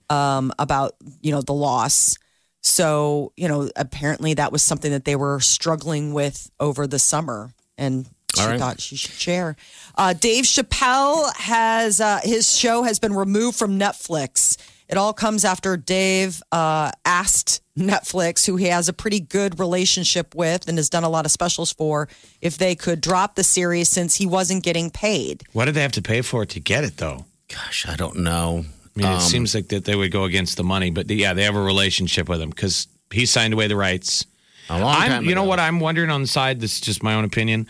um, about you know the loss. So you know, apparently that was something that they were struggling with over the summer, and she All right. thought she should share. Uh, Dave Chappelle has uh, his show has been removed from Netflix. It all comes after Dave uh, asked Netflix, who he has a pretty good relationship with and has done a lot of specials for, if they could drop the series since he wasn't getting paid. Why did they have to pay for it to get it though? Gosh, I don't know. I Um, mean, it seems like that they would go against the money, but yeah, they have a relationship with him because he signed away the rights. A long I'm, time you know ago. what I'm wondering on the side. This is just my own opinion.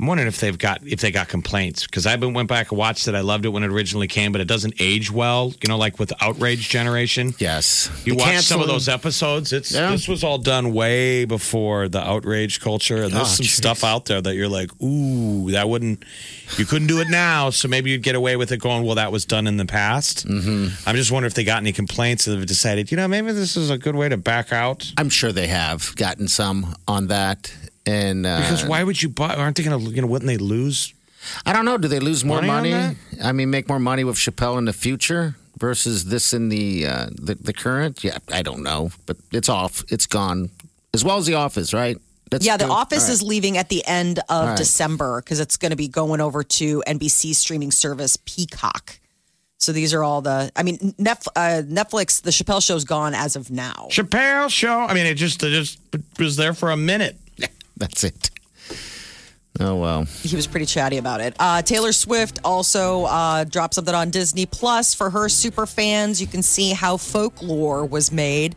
I'm wondering if they've got if they got complaints because I been went back and watched it. I loved it when it originally came, but it doesn't age well. You know, like with the outrage generation. Yes. You They watch some canceled- of those episodes. It's Yeah. this was all done way before the outrage culture, and there's Oh, some geez. stuff out there that you're like, ooh, that wouldn't, you couldn't do it now. So maybe you'd get away with it going, well, that was done in the past. Mm-hmm. I'm just wondering if they got any complaints and have decided, you know, maybe this is a good way to back out I'm sure they have gotten some on that. And uh, because why would you buy? Aren't they going to, you know, wouldn't they lose? I don't know. Do they lose more Money money? on I mean, make more money with Chappelle in the future versus this in the, uh, the the current? Yeah, I don't know, but it's off. It's gone. As well as the office, right? That's Yeah, the good. office All is right. leaving at the end of right. December because it's going to be going over to NBC streaming service Peacock. So these are all the. I mean, Netf- uh, Netflix. The Chappelle Show's gone as of now. Chappelle show. I mean, it just, it just was there for a minute. That's it. Oh well. He was pretty chatty about it. Uh, Taylor Swift also uh, dropped something on Disney Plus for her super fans. You can see how folklore was made.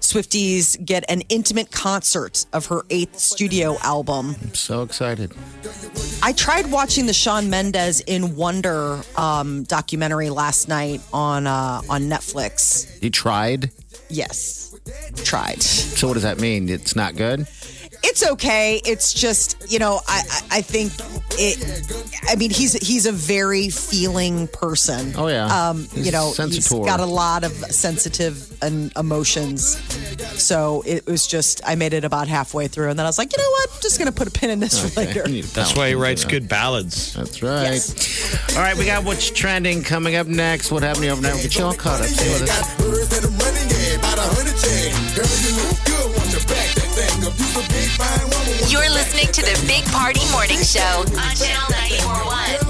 Swifties get an intimate concert of her eighth studio album. I'm so excited. I tried watching the Sean Mendez in Wonder um, documentary last night on uh, on Netflix. You tried. Yes, tried. So what does that mean? It's not good. It's okay. It's just you know I I, I think it. I mean he's he's a very feeling person. Oh, yeah. Um, He's you know sensitive. he's got a lot of sensitive and emotions. So it was just I made it about halfway through and then I was like you know what I'm just gonna put a pin in this for later. You need to That's bounce why he into writes that. good ballads. That's right. All right, we got what's trending coming up next. What happened overnight? We'll get you all caught up. Stay with us. You're listening to the Big Party Morning Show on Channel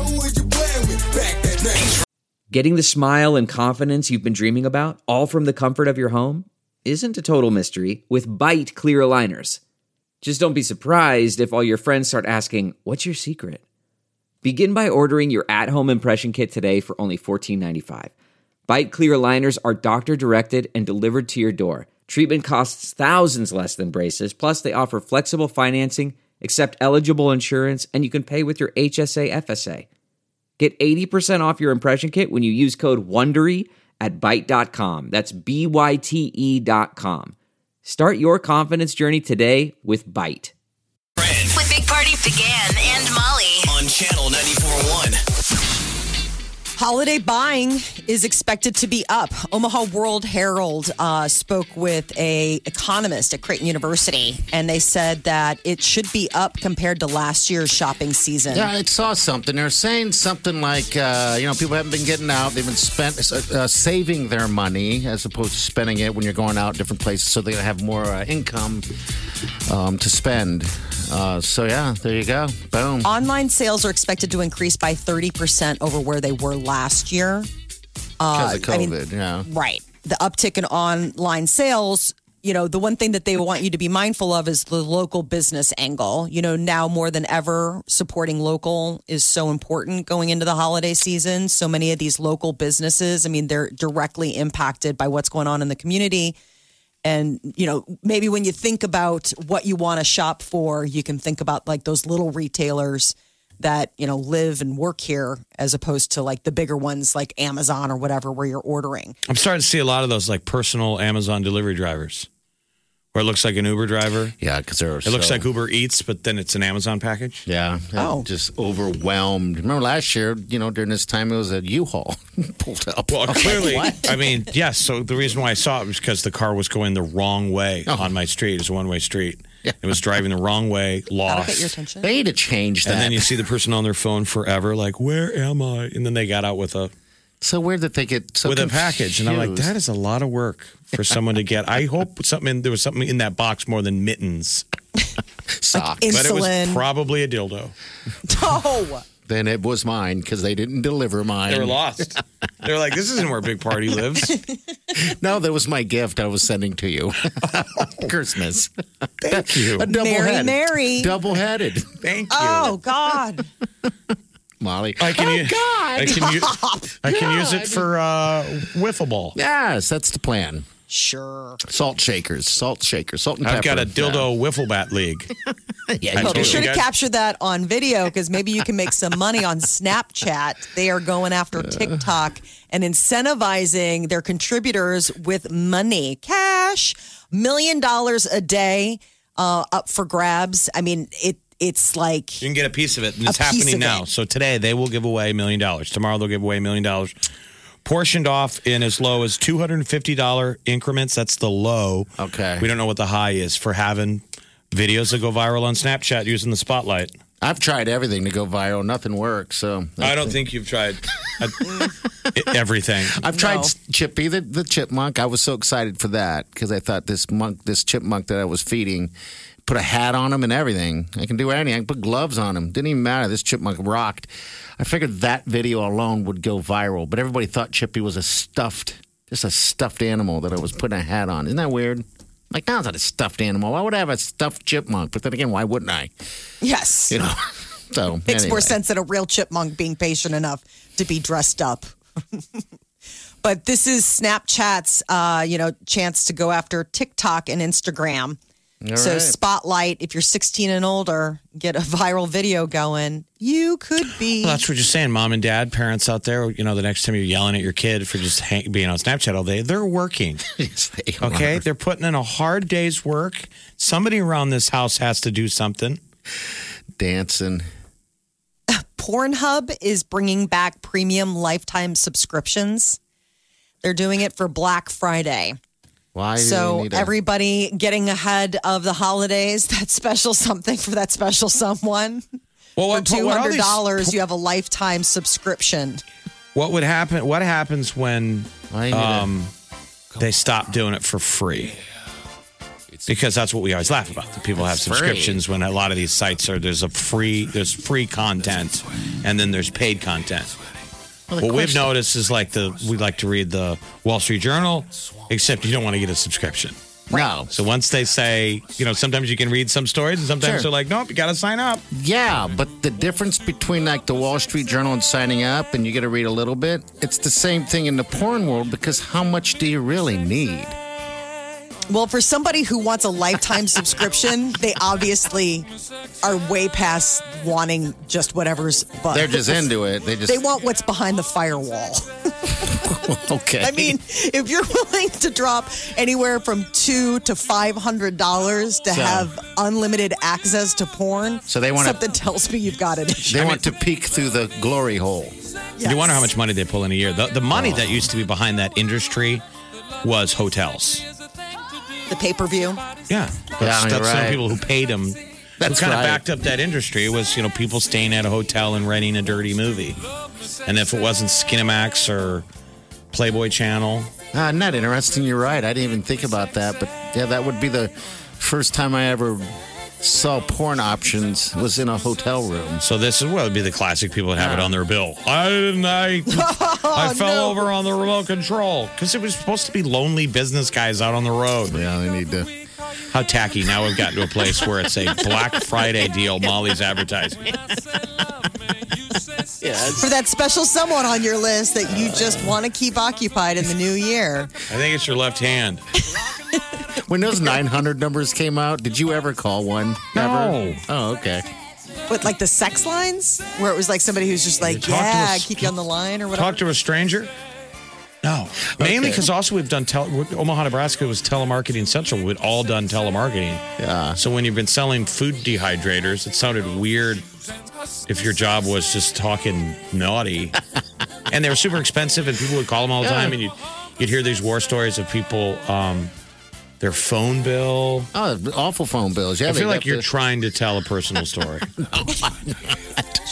941. Getting the smile and confidence you've been dreaming about, all from the comfort of your home, isn't a total mystery with bite clear aligners. Just don't be surprised if all your friends start asking, What's your secret? Begin by ordering your at home impression kit today for only $14.95. Bite clear aligners are doctor directed and delivered to your door. Treatment costs thousands less than braces, plus, they offer flexible financing, accept eligible insurance, and you can pay with your HSA FSA. Get 80% off your impression kit when you use code WONDERY at Byte.com. That's B-Y-T-E dot com. Start your confidence journey today with Byte. With Big Party began and Molly. On Channel 941. Holiday buying is expected to be up. Omaha World Herald uh, spoke with a economist at Creighton University, and they said that it should be up compared to last year's shopping season. Yeah, I saw something. They're saying something like, uh, you know, people haven't been getting out. They've been spent uh, saving their money as opposed to spending it when you're going out different places. So they're gonna have more uh, income um, to spend. Uh, so yeah, there you go. Boom. Online sales are expected to increase by 30% over where they were last year. Because of I mean- COVID. yeah. Right. The uptick in online sales, you know, the one thing that they want you to be mindful of is the local business angle. You know, now more than ever, supporting local is so important going into the holiday season. So many of these local businesses, I mean, they're directly impacted by what's going on in the community. And, you know, maybe when you think about what you want to shop for, you can think about like those little retailers that, you know, live and work here as opposed to like the bigger ones like Amazon or whatever where you're ordering. I'm starting to see a lot of those like personal Amazon delivery drivers where it looks like an Uber driver. Yeah, because there are. It looks like Uber Eats, but then it's an Amazon package. Yeah. I'm Oh. Just overwhelmed. Remember last year, you know, during this time, it was a U-Haul pulled up. Well, clearly, I mean, yes. So the reason why I saw it was because the car was going the wrong way Oh. on my street. It's a one way street. It was driving the wrong way, I'll get your lost. attention. They need to change that. And then you see the person on their phone forever, like, "Where am I?" And then they got out with a so weird that they get so with a package, and I'm like, confused. "That is a lot of work for someone to get." I hope something in, there was something in that box more than mittens, sock. but it was Insulin. probably a dildo. No. then it was mine because they didn't deliver mine. They were lost. They're like, "This isn't where Big Party lives." No, that was my gift I was sending to you. Christmas. Thank you. A double Mary, headed. Mary. Double headed. Thank you. Oh God. Molly. Oh, I can, u- God. I can, u- I can use it for uh, wiffle ball. Yes, that's the plan. Sure. Salt shakers, salt shakers, salt and I've pepper. got a dildo wiffle bat league. Yeah, yeah, I you Be Totally. sure to Guys- capture that on video because maybe you can make some money on Snapchat. They are going after TikTok and incentivizing their contributors with money, cash, million dollars a day uh, up for grabs. I mean, it it's like You can get a piece of it, and it's A piece happening of now. it. So today they will give away a million dollars. Tomorrow they'll give away a million dollars, portioned off in as low as two hundred and fifty dollar increments. That's the low. Okay. We don't know what the high is for having videos that go viral on Snapchat using the spotlight. I've tried everything to go viral, nothing works. So I don't think you've tried uh, everything. I've tried No. Chippy the, the chipmunk. I was so excited for that because I thought this monk, this chipmunk that I was feeding, put a hat on him and everything. I can do anything. I can put gloves on him. Didn't even matter. This chipmunk rocked. I figured that video alone would go viral, but everybody thought Chippy was a stuffed, just a stuffed animal that I was putting a hat on. Isn't that weird? Like, no, it's not a stuffed animal. Why would I have a stuffed chipmunk? But then again, why wouldn't I? yes, You know. So makes more anyway. sense than a real chipmunk being patient enough to be dressed up. but this is Snapchat's, uh, you know, chance to go after TikTok and Instagram. so right. spotlight if you're 16 and older, get a viral video going. You could be. Well, that's what you're saying, mom and dad, parents out there. You know, the next time you're yelling at your kid for just hang- being on Snapchat all day, they're working. Yes, they are. Okay, they're putting in a hard day's work. Somebody around this house has to do something. dancing. Pornhub is bringing back premium lifetime subscriptions. They're doing it for Black Friday. Why? do So we need a- everybody getting ahead of the holidays, that special something for that special someone. Well, For what, two what are hundred these- dollars, you have a lifetime subscription. What would happen? What happens when why do we need a- um, they stop doing it for free? Because that's what we always laugh about. That people have subscriptions when a lot of these sites are there's a free there's free content and then there's paid content. Well, the What we've question- noticed is like the we like to read the Wall Street Journal, except you don't want to get a subscription. No. So once they say, you know, sometimes you can read some stories and sometimes Sure. they're like, nope, you got to sign up. Yeah, but the difference between like the Wall Street Journal and signing up and you get to read a little bit, it's the same thing in the porn world because how much do you really need? Well, for somebody who wants a lifetime subscription, they obviously are way past wanting just whatever's. But They're just into it. They just They want what's behind the firewall. okay. I mean, if you're willing to drop anywhere from two to five hundred dollars to So- have unlimited access to porn, So they wanna- something tells me you've got an issue. they want to peek through the glory hole. You wonder how much money they pull in a year. The, the money that used to be behind that industry was hotels. The pay per view. Yeah, that's, you're that's some right. people who paid them. That's who kind right. of backed up that industry was you know people staying at a hotel and renting a dirty movie, and if it wasn't Skinamax or Playboy Channel, Uh, not interesting. You're right. I didn't even think about that. But yeah, that would be the first time I ever saw porn options was in a hotel room. so this is what would be the classic people would have it on their bill. I didn't. I, Oh, I no. fell over on the remote control because it was supposed to be lonely business guys out on the road. Yeah, they need to. How tacky! Now we've gotten to a place where it's a Black Friday deal. Molly's advertising. For that special someone on your list that you just want to keep occupied in the new year. I think it's your left hand. When those 900 numbers came out, did you ever call one? No. Ever? Oh, okay. But like the sex lines, where it was like somebody who's just like, talk to yeah, us- keep you on the line or whatever. Talk to a stranger? No. Mainly because also we've done tele- Omaha, Nebraska was telemarketing central. We'd all done telemarketing. Yeah. So when you've been selling food dehydrators, it sounded weird if your job was just talking naughty. and they were super expensive, and people would call them all the Yeah. time, and you'd, you'd hear these war stories of people, um, their phone bill. Oh, awful phone bills. Yeah, I they feel like got you're the- trying to tell a personal story.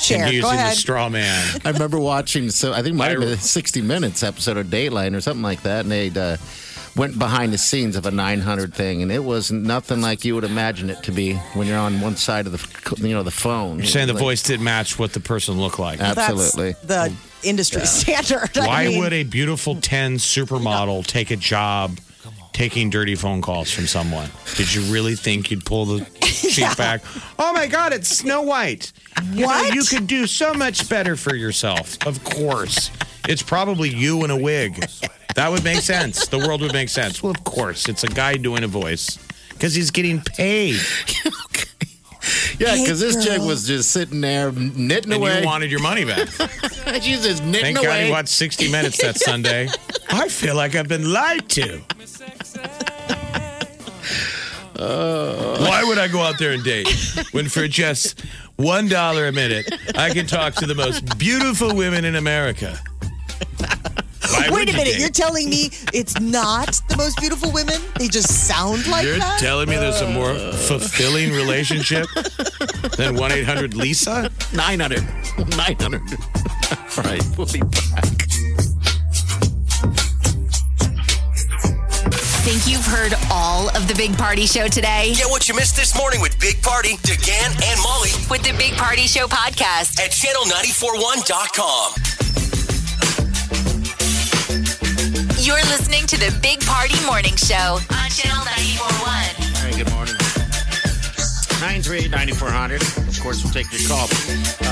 Share. and Go using the ahead. straw man. I remember watching. So I think it might have been I- a 60 Minutes episode of Dateline or something like that, and they uh, went behind the scenes of a 900 thing, and it was nothing like you would imagine it to be when you're on one side of the you know the phone. You're saying the voice didn't match what the person looked like. That's Absolutely. the industry standard. I Why mean, would a beautiful 10 supermodel take a job taking dirty phone calls from someone? Did you really think you'd pull the sheet back? Oh my God, it's Snow White. You know, What? you could do so much better for yourself. Of course. It's probably you in a wig. That would make sense. The world would make sense. Well, of course. It's a guy doing a voice because he's getting paid. Yeah, Hey, because this chick girl. was just sitting there knitting And away. you wanted your money back. She's just knitting Thank God away. he watched 60 Minutes that Sunday. I feel like I've been lied to. Why would I go out there and date when for just one dollar a minute I can talk to the most beautiful women in America? Why would Wait a you minute, date? you're telling me it's not the most beautiful women? They just sound like You're that? telling me there's a more fulfilling relationship than one eight hundred Lisa? 900. 900. All right, we'll be back. Think you've heard all of the Big Party Show today? Get what you missed this morning with Big Party, DeGan, and Molly With the Big Party Show podcast. at channel941.com. You're listening to the Big Party Morning Show on Channel 941. All right, good morning. 938-9400. Of course, we'll take your call.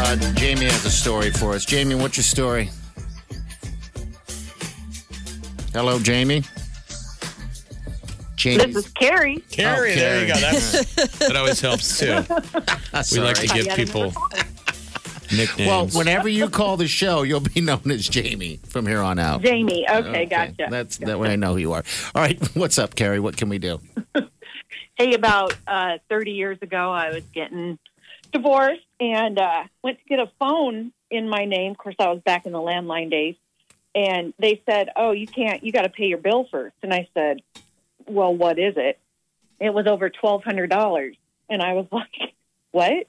Uh, Jamie has a story for us. Jamie, what's your story? Hello, Jamie. Jamie. This is Carrie. Carrie, there you go. That's, Oh, that always helps too. We like to give people nicknames. Ah, Well, whenever you call the show, you'll be known as Jamie from here on out. Jamie. Okay, gotcha. That's that way I know who you are. All right, what's up, Carrie? What can we do? hey, about uh, 30 years ago, I was getting divorced and uh, went to get a phone in my name. Of course, I was back in the landline days. And they said, Oh, you can't, you got to pay your bill first. And I said, Well, what is it? It was over $1,200. And I was like, What?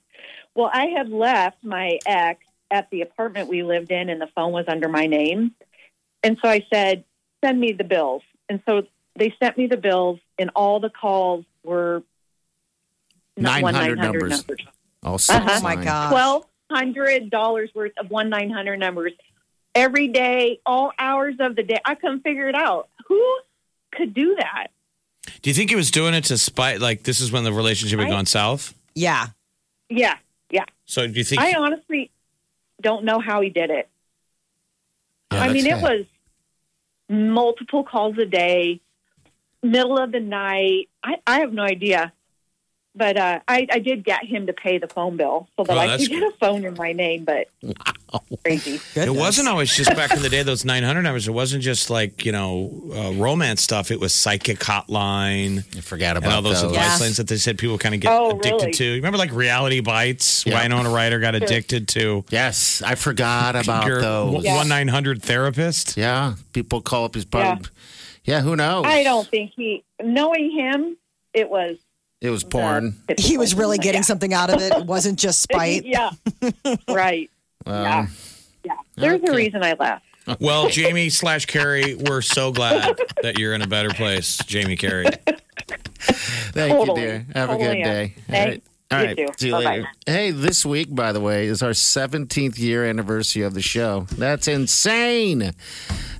Well, I had left my ex at the apartment we lived in, and the phone was under my name. And so I said, Send me the bills. And so they sent me the bills, and all the calls were not 900 1-900 numbers. numbers. Oh, Uh-huh. Oh my God. Twelve hundred dollars worth of one nine hundred numbers every day, all hours of the day. I couldn't figure it out. Who could do that? Do you think he was doing it to spite? Like this is when the relationship had I- gone south. yeah. Yeah, So do you think? I honestly don't know how he did it. Oh, Yeah, I mean, that's it was multiple calls a day, middle of the night. I, I have no idea But uh, I, I did get him to pay the phone bill so that Oh, I that's could get a phone in my name. But crazy. It wasn't always just back in the day, those 900 numbers. It wasn't just like, you know, uh, romance stuff. It was psychic hotline I forgot and all about those those. advice Yeah. lines that they said people kind of get Oh, addicted really? to. You remember like reality bites? Yeah. Winona Ryder got addicted to Yes, I forgot about your those. 1 900 therapist. Yeah, people call up his pub. Yeah. who knows? I don't think he, knowing him, it was. It was porn. He was really getting Yeah. something out of it. It wasn't just spite. yeah. right. Um, yeah. Yeah. There's a okay. reason I left. Well, Jamie slash Carrie, we're so glad that you're in a better place, Jamie Carrie. Thank Totally. you, dear. Have a Totally good am. day. Thanks. All You right. too. See you Bye-bye. later. Hey, this week, by the way, is our 17th year anniversary of the show. That's insane.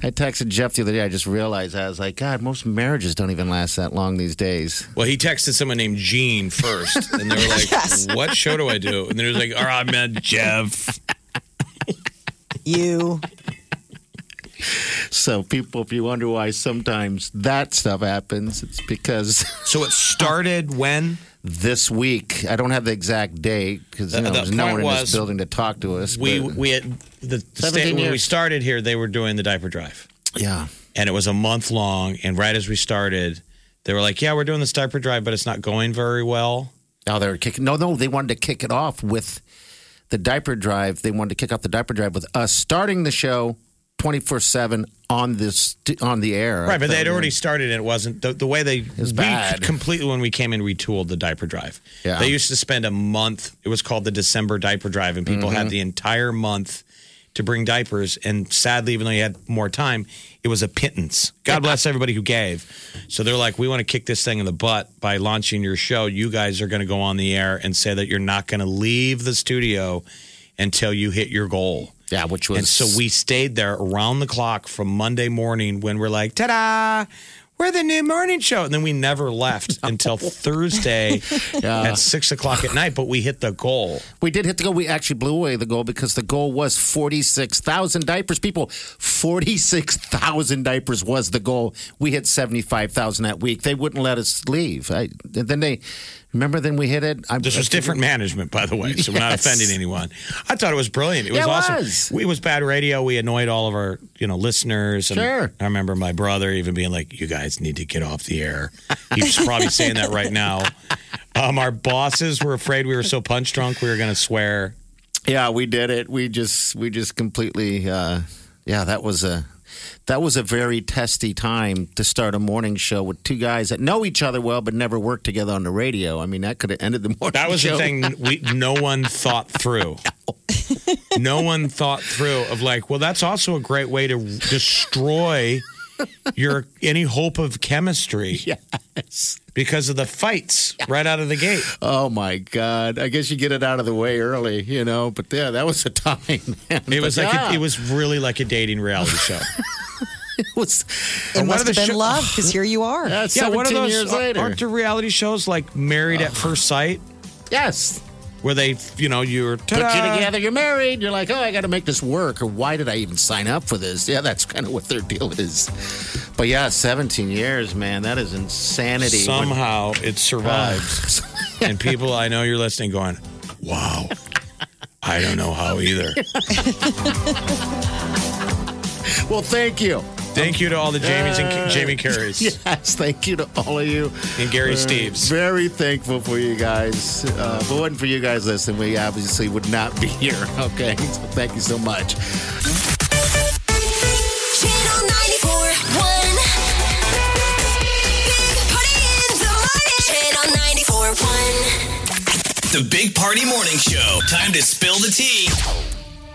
I texted Jeff the other day. I just realized I was like, God, most marriages don't even last that long these days. Well, he texted someone named Gene first, and they were like, "What show do I do?" And they was like, "All right, man, Jeff." You. So, people, if you wonder why sometimes that stuff happens, it's because So it started when this week, I don't have the exact date because The- you know, Uh, the there's no point one in was, this building to talk to us. we but- we had the, the 17 state when we years. started here, they were doing the diaper drive, yeah. and it was a month long. And right as we started, they were like, "Yeah, we're doing this diaper drive, but it's not going very well." No, they were kicking. No, no, they wanted to kick it off with the diaper drive. They wanted to kick off the diaper drive with us starting the show twenty four seven on this on the air. Right, but they'd already started, and it wasn't the, the way they was we bad. completely when we came in retooled the diaper drive. Yeah. They used to spend a month. It was called the December diaper drive, and people Mm-hmm. had the entire month to bring diapers. And sadly, even though you had more time, it was a pittance. God bless everybody who gave. So they're like, we want to kick this thing in the butt by launching your show. You guys are going to go on the air and say that you're not going to leave the studio until you hit your goal. Yeah, which was And so we stayed there around the clock from Monday morning when we're like, ta da, we're the new morning show. And then we never left until Thursday at six o'clock at night, but we hit the goal. we did hit the goal. We actually blew away the goal because the goal was forty six thousand diapers. People, forty six thousand diapers was the goal. We hit seventy five thousand that week. They wouldn't let us leave. I, then they remember. Then we hit it. I, This was different management, by the way, so we're not Yes. offending anyone. I thought it was brilliant. It was Yeah, it awesome. was. We- It was bad radio. We annoyed all of our, you know, listeners. And Sure. I remember my brother even being like, "You guys need to get off the air." He's probably saying that right now. Um, our bosses were afraid we were so punch drunk we were going to swear. Yeah, we did it. We just we just completely uh yeah, that was a that was a very testy time to start a morning show with two guys that know each other well but never worked together on the radio. I mean, that could have ended the morning That was the show. thing we no one thought through. No one thought through of like, well, that's also a great way to destroy your any hope of chemistry Yes. because of the fights right out of the gate. Oh my god. I guess you get it out of the way early, you know, but yeah, that was a time. Man. It was But like yeah, a, it was really like a dating reality show. it was It one must of the have been sho- love because here you are. yeah, 17 one of those years ar- later. aren't the reality shows like Married at First Sight yes. where they you know you're Put you ta-da. together, you're married, you're like, oh, I got to make this work, or why did I even sign up for this? Yeah, that's kind of what their deal is. But yeah, 17 years, man, that is insanity. Somehow it survived. and people I know you're listening going, wow, I don't know how either. Well, thank you. Thank you to all the Jamies and Jamie Carries Yes, thank you to all of you. and Gary Uh, Steves. Very thankful for you guys. Uh, if it wasn't for you guys listening, we obviously would not be here. Okay, so thank you so much. Channel 941. Big Party in the morning. Channel 941. The Big Party Morning Show. Time to spill the tea.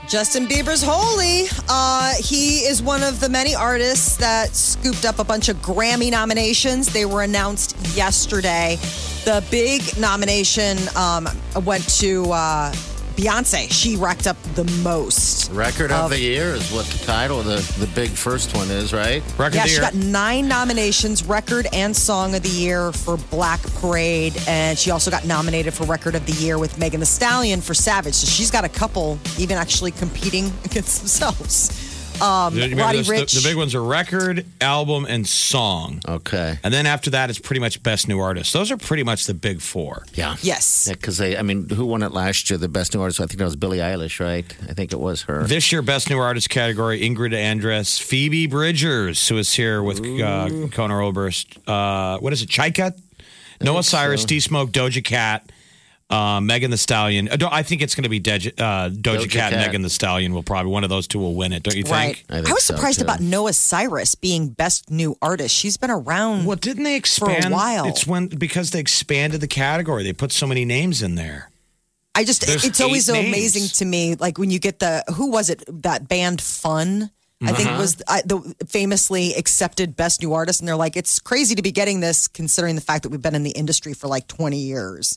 Justin Bieber's holy. Uh, he is one of the many artists that scooped up a bunch of Grammy nominations. They were announced yesterday. The big nomination um, went to uh, Beyonce. She racked up the most. Record of the year is what the title of the, the big first one is, right? Record Yeah, of the she year. got nine nominations, record and song of the year for Black Parade, and she also got nominated for record of the year with Megan The Stallion for Savage. So she's got a couple, even actually competing against themselves. Um, Remember Roddy this, the- Rich. The, big ones are record, album, and song. Okay. And then after that, it's pretty much best new artist. Those are pretty much the big four. Yeah. Yes. Yeah, because I mean, who won it last year? The best new artist. I think that was Billie Eilish, right? I think it was her. This year, best new artist category: Ingrid Andress, Phoebe Bridgers, who is here with uh, Kona Oberst. Uh, what is it? Chaika, Noah Cyrus, D Smoke, Doja Cat, uh, Megan the Stallion. Uh, do- I think it's going to be Dej- uh, Doja, Doja Cat, and Cat. Megan the Stallion. Will probably one of those two will win it. Don't you think? Right. I think was so, surprised too. about Noah Cyrus being best new artist. She's been around. Well, didn't they For a expand while. It's when because they expanded the category. They put so many names in there. I just There's it's always so eight names. amazing to me like when you get the who was it that band Fun I Uh-huh. think was I, the famously accepted best new artist and they're like it's crazy to be getting this considering the fact that we've been in the industry for like 20 years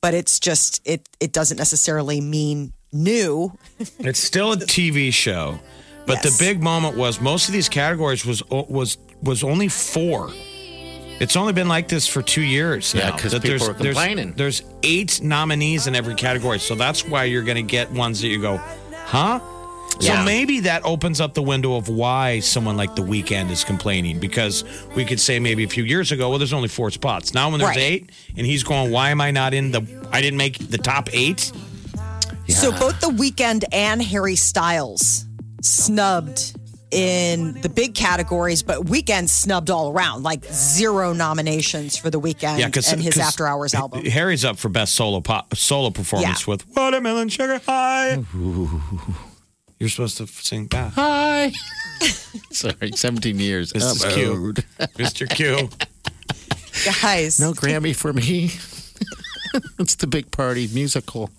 but it's just it it doesn't necessarily mean new It's still a TV show, but Yes. the big moment was most of these categories was was was only four. It's only been like this for two years Yeah, now. 'cause that people there's- are complaining. There's, there's eight nominees in every category, so that's why you're going to get ones that you go, huh? So Yeah. maybe that opens up the window of why someone like The Weeknd is complaining because we could say maybe a few years ago, well, there's only four spots. Now when there's Right. eight, and he's going, why am I not in the? I didn't make the top eight. So both The Weeknd and Harry Styles snubbed in the big categories, but Weeknd snubbed all around, like zero nominations for The Weeknd and his 'cause After Hours album. Harry's up for best solo pop, solo performance Yeah. with Watermelon Sugar High. You're supposed to sing that, Hi. Sorry, 17 years. This is Upload. Mr. Q. Guys, No Grammy for me. it's the big party musical.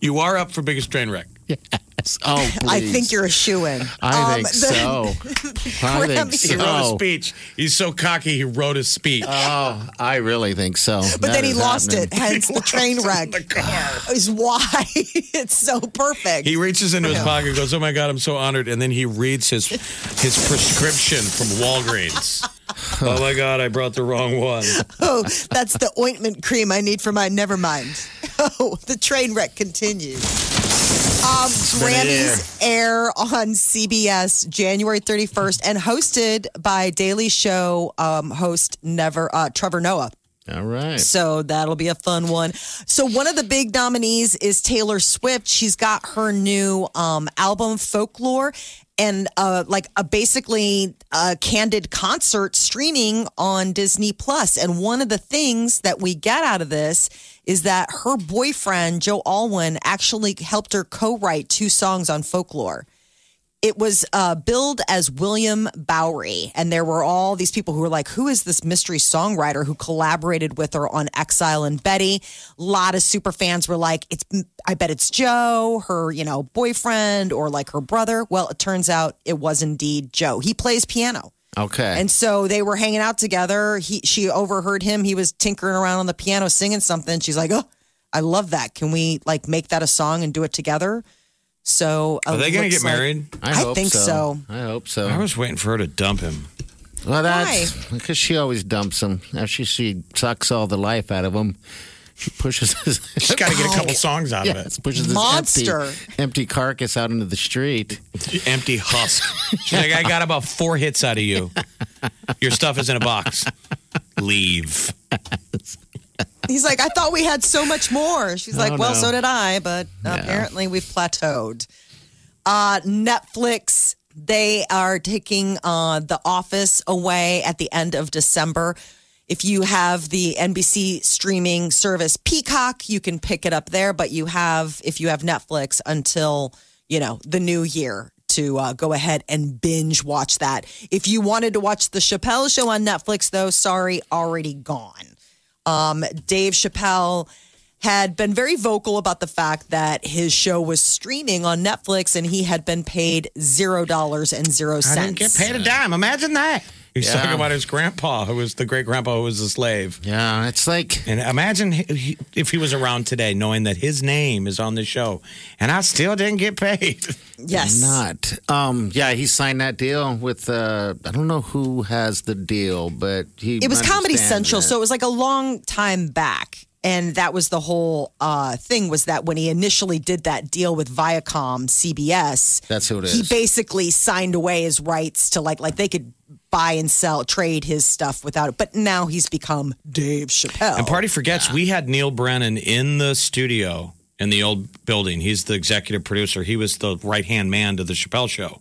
You are up for biggest train wreck. Yes. Oh, please. I think you're a Um, shoe in. I think so. I think Grammy- He wrote a so. speech. He's so cocky. He wrote a speech. Oh, I really think so. But then he lost it, hence the train wreck The car. is why it's so perfect. He reaches into his pocket, and goes, "Oh my god, I'm so honored!" And then he reads his his prescription from Walgreens. oh my god, I brought the wrong one. oh, that's the ointment cream I need for my never mind. Oh, the train wreck continues. Um, Grammys air on CBS January 31st and hosted by Daily Show um, host Never uh, Trevor Noah. All right. So that'll be a fun one. So one of the big nominees is Taylor Swift. She's got her new um, album Folklore and uh, like a basically a candid concert streaming on Disney Plus. And one of the things that we get out of this is that her boyfriend Joe Alwyn actually helped her co-write two songs on Folklore it was uh, billed as William Bowery, and there were all these people who were like, "Who is this mystery songwriter who collaborated with her on Exile and Betty?" A lot of super fans were like, "It's, I bet it's Joe, her, you know, boyfriend, or like her brother." Well, it turns out it was indeed Joe. He plays piano. Okay. And so they were hanging out together. He she overheard him. He was tinkering around on the piano singing something. She's like, "Oh, I love that. Can we like make that a song and do it together?" So uh, Are they going to to get married? I, I hope think so. I hope so. I was waiting for her to dump him. Well, that's because she always dumps him. After she sucks all the life out of him, she pushes his, She's got to get a couple songs out of it. yes, pushes his empty, Monster. empty carcass out into the street. empty husk. She's like, I got about four hits out of you. Your stuff is in a box. Leave. He's like, I thought we had so much more. She's like, Oh, well, no. so did I, but apparently we've plateaued. Uh, Netflix, they are taking uh, The Office away at the end of December. If you have the NBC streaming service Peacock, you can pick it up there. But you have, if you have Netflix, until you know the new year to uh, go ahead and binge watch that. If you wanted to watch the Chappelle Show on Netflix, though, sorry, already gone um, Dave Chappelle had been very vocal about the fact that his show was streaming on Netflix and he had been paid zero dollars and zero cents. a dime. Imagine that. He's Yeah. talking about his grandpa, who was the great grandpa who was a slave. Yeah, it's like And imagine he- he- if he was around today, knowing that his name is on the show, and I still didn't get paid. Yes, not. Um, yeah, he signed that deal with uh, I don't know who has the deal, but he it was Comedy understands Central, it. so it was like a long time back. and that was the whole uh, thing was that when he initially did that deal with Viacom CBS, That's who it he is. basically signed away his rights to like like they could buy and sell trade his stuff without it. But now he's become Dave Chappelle. And party forgets we had Neil Brennan in the studio in the old building. He's the executive producer. He was the right hand man to the Chappelle show.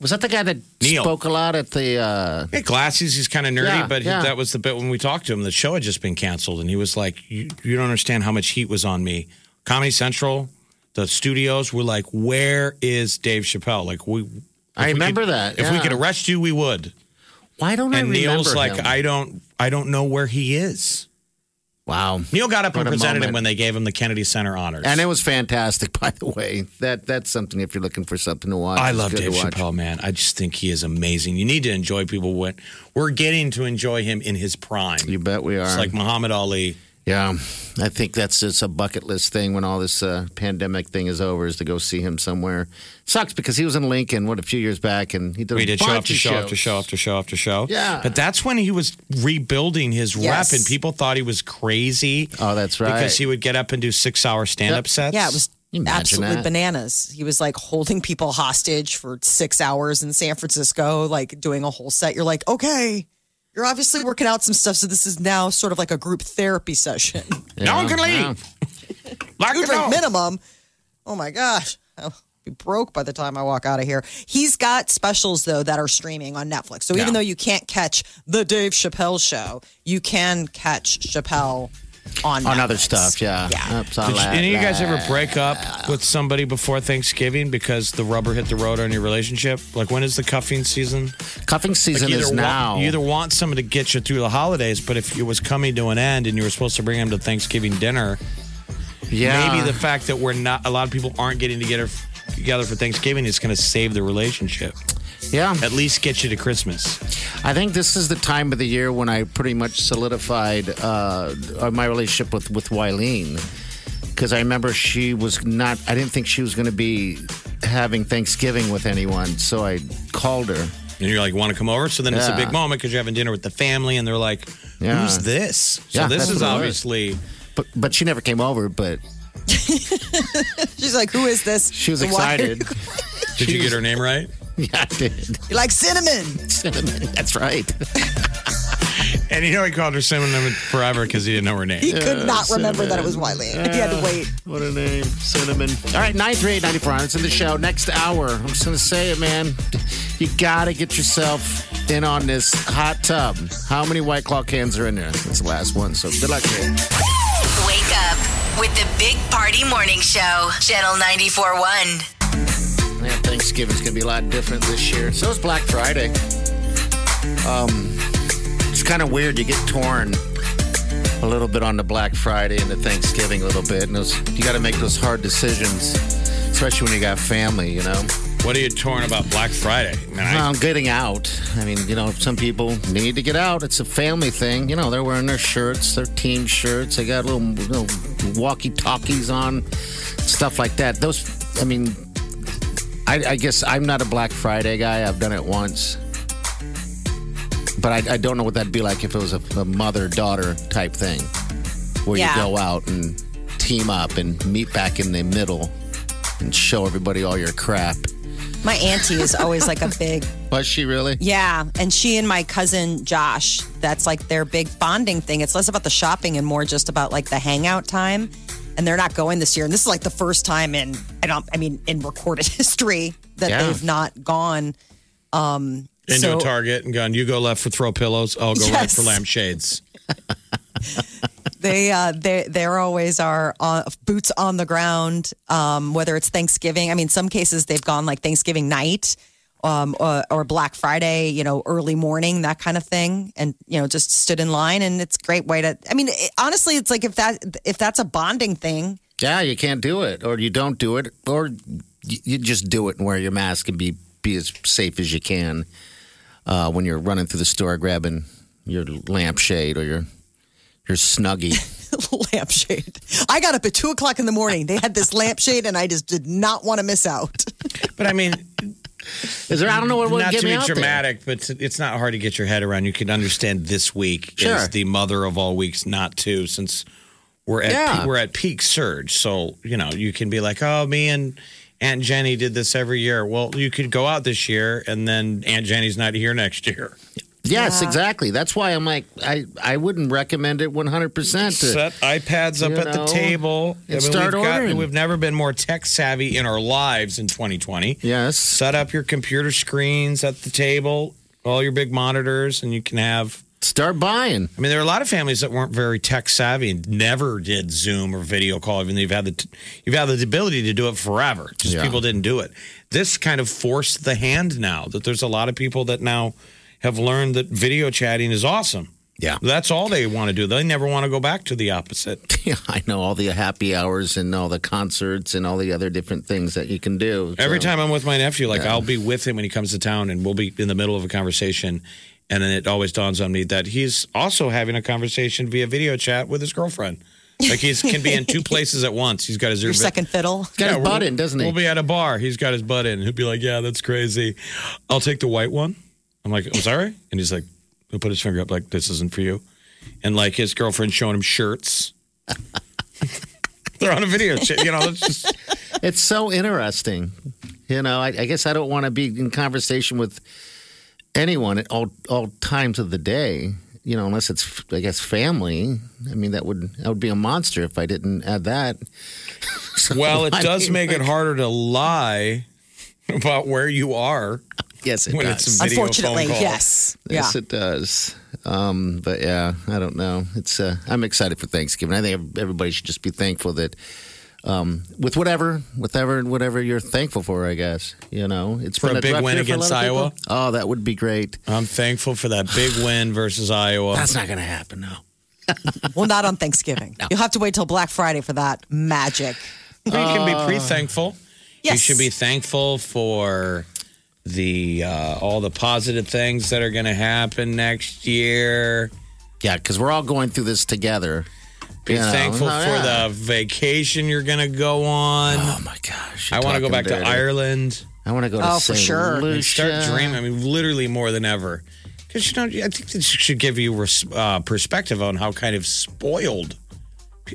Was that the guy that Neil. spoke a lot at the? Uh, Hey, glasses. He's kind of nerdy, Yeah, but he- yeah. that was the bit when we talked to him. The show had just been canceled, and he was like, you, "You don't understand how much heat was on me." Comedy Central, the studios were like, "Where is Dave Chappelle?" Like we, I if we remember could- that, If we yeah. could arrest you, we would. why don't I And remember Neil's like, him? "I don't, I don't know where he is." wow, Neil got up What and a presented him moment. when they gave him the Kennedy Center honors. and it was fantastic. By the way, that that's something if you're looking for something to watch. I it's love good to Dave watch. Chappelle, man. I just think he is amazing. You need to enjoy people when we're getting to enjoy him in his prime. You bet we are. It's like Muhammad Ali. yeah, I think that's just a bucket list thing when all this uh, pandemic thing is over is to go see him somewhere. Sucks because he was in Lincoln what a few years back and he did. We a did show bunch after of show after shows. show after show after show. Yeah. But that's when he was rebuilding his Yes. rep, and people thought he was crazy. Oh, that's right. Because he would get up and do six hour stand up Yep. sets. yeah, it was Can you imagine absolutely that? bananas. He was like holding people hostage for six hours in San Francisco, like doing a whole set. You're like, okay, you're obviously working out some stuff. So this is now sort of like a group therapy session. No one Yeah, can leave. Lock Food it like up. minimum. Oh my gosh. I'll be broke by the time I walk out of here. He's got specials though that are streaming on Netflix. So even though you can't catch the Dave Chappelle show, you can catch Chappelle on On other Netflix. stuff, yeah. Oops, I Did you, lied. any of you guys ever break up with somebody before Thanksgiving because the rubber hit the road on your relationship? Like, when is the cuffing season? Cuffing season either is wa- now. you either want someone to get you through the holidays, but if it was coming to an end and you were supposed to bring them to Thanksgiving dinner, yeah. maybe the fact that we're not a lot of people aren't getting together together for Thanksgiving is going to save the relationship. yeah. At least get you to Christmas. I think this is the time of the year when I pretty much solidified uh, my relationship with with Wileen because I remember she was not. I didn't think she was going to be having Thanksgiving with anyone, so I called her. And you're like, want to come over? So then it's a Yeah. big moment because you're having dinner with the family, and they're like, "Who's Yeah. this?" So Yeah, this is that's what it was. obviously But but she never came over. But She's like, who is this? she was And why- excited. Did you get her name right? yeah, I did. You're like cinnamon. That's right. And you know he called her cinnamon forever because he didn't know her name. He could not remember that it was Wiley. He had to wait. What a name, cinnamon. All right, nine three eight ninety four. It's in the show next hour. I'm just gonna say it, man. You gotta get yourself in on this hot tub. How many White Claw cans are in there? That's the last one. So good luck. Rick. Wake up with the Big Party Morning Show, Channel 94.1. Yeah, Thanksgiving's gonna be a lot different this year. So is Black Friday. Um, it's kind of weird. You get torn a little bit on the Black Friday and the Thanksgiving a little bit, and those, you got to make those hard decisions, especially when you got family. You know. What are you torn about Black Friday? Man, I- Well, Um, getting out. I mean, you know, some people need to get out. It's a family thing. You know, they're wearing their shirts, their team shirts. They got little, little walkie talkies on, stuff like that. Those, I mean, I, I guess I'm not a Black Friday guy. I've done it once. But I, I don't know what that'd be like if it was a, a mother daughter type thing where Yeah. you go out and team up and meet back in the middle and show everybody all your crap. My auntie is always like a big Was she really? Yeah, and she and my cousin Josh, that's like their big bonding thing. It's less about the shopping and more just about like the hangout time. And they're not going this year. And this is like the first time in I don't I mean in recorded history that Yeah. they've not gone. Um, into So- a target and gone, you go left for throw pillows, I'll go right Yes. for lampshades. They uh they they're always are on, boots on the ground. Um, whether it's Thanksgiving, I mean, some cases they've gone like Thanksgiving night. Um, or, or Black Friday, you know, early morning, that kind of thing, and you know, just stood in line, and it's a great way to. I mean, it, honestly, it's like if that if that's a bonding thing, Yeah, you can't do it, or you don't do it, or you, you just do it and wear your mask and be be as safe as you can uh, when you're running through the store grabbing your lampshade or your your snuggie. lampshade. I got up at two o'clock in the morning. They had this lampshade, and I just did not want to miss out. But I mean, Is there? I don't know what would not get to me be out there. dramatic, but it's not hard to get your head around. You can understand this week Sure. is the mother of all weeks, not two, since we're at Yeah. we're at peak surge. So you know you can be like, oh, me and Aunt Jenny did this every year. Well, you could go out this year, and then Aunt Jenny's not here next year. Yes, exactly. That's why I'm like, I, I wouldn't recommend it 100%. to- Set iPads up you at the know, table. and start we've gotten- ordering. we've never been more tech savvy in our lives in 2020. yes. Set up your computer screens at the table, all your big monitors, and you can have. Start buying. I mean, there are a lot of families that weren't very tech savvy and never did Zoom or video call. Even though you've had the t- you've had the ability to do it forever. Just Yeah. people didn't do it. This kind of forced the hand now that there's a lot of people that now have learned that video chatting is awesome. Yeah. That's all they want to do. They never want to go back to the opposite. Yeah, I know all the happy hours and all the concerts and all the other different things that you can do. Every So, time I'm with my nephew, like I'll be with him when he comes to town, and we'll be in the middle of a conversation, and then it always dawns on me that he's also having a conversation via video chat with his girlfriend. Like he's can be in two places at once. He's got his Your second fiddle. Got his we'll- butt in, doesn't he? We'll be at a bar. He's got his butt in. He'll be like, "Yeah, that's crazy. I'll take the white one." I'm like, "I'm sorry," and he's like, "He'll put his finger up like this isn't for you," and like his girlfriend showing him shirts. They're on a video chat, you know. It's just It's so interesting. You know, I, I guess I don't want to be in conversation with anyone at all all times of the day. You know, unless it's I guess family. I mean, that would I would be a monster if I didn't add that. So, well, it I does mean, make it harder to lie about where you are Yes, it when does. it's a video Unfortunately, phone call. yes. Yeah. Yes, it does. Um, but yeah, I don't know. It's uh, I'm excited for Thanksgiving. I think everybody should just be thankful that um, with whatever, whatever, whatever you're thankful for. I guess you know it's For been a big rough win year for a against lot of Iowa? people. Oh, that would be great. I'm thankful for that big win versus Iowa. That's not going to happen. No. Well, not on Thanksgiving. You'll have to wait till Black Friday for that magic. you can Uh, be pretty thankful. You Yes. should be thankful for the uh, all the positive things that are going to happen next year. Yeah, because we're all going through this together. Be You know, thankful oh, for the yeah. vacation you're going to go on. Oh my gosh! I want to go back to Ireland. Ireland. I want to go to Oh, for Saint sure. and Lucia. start dreaming. I mean, literally more than ever. Because you know, I think this should give you res- uh, perspective on how kind of spoiled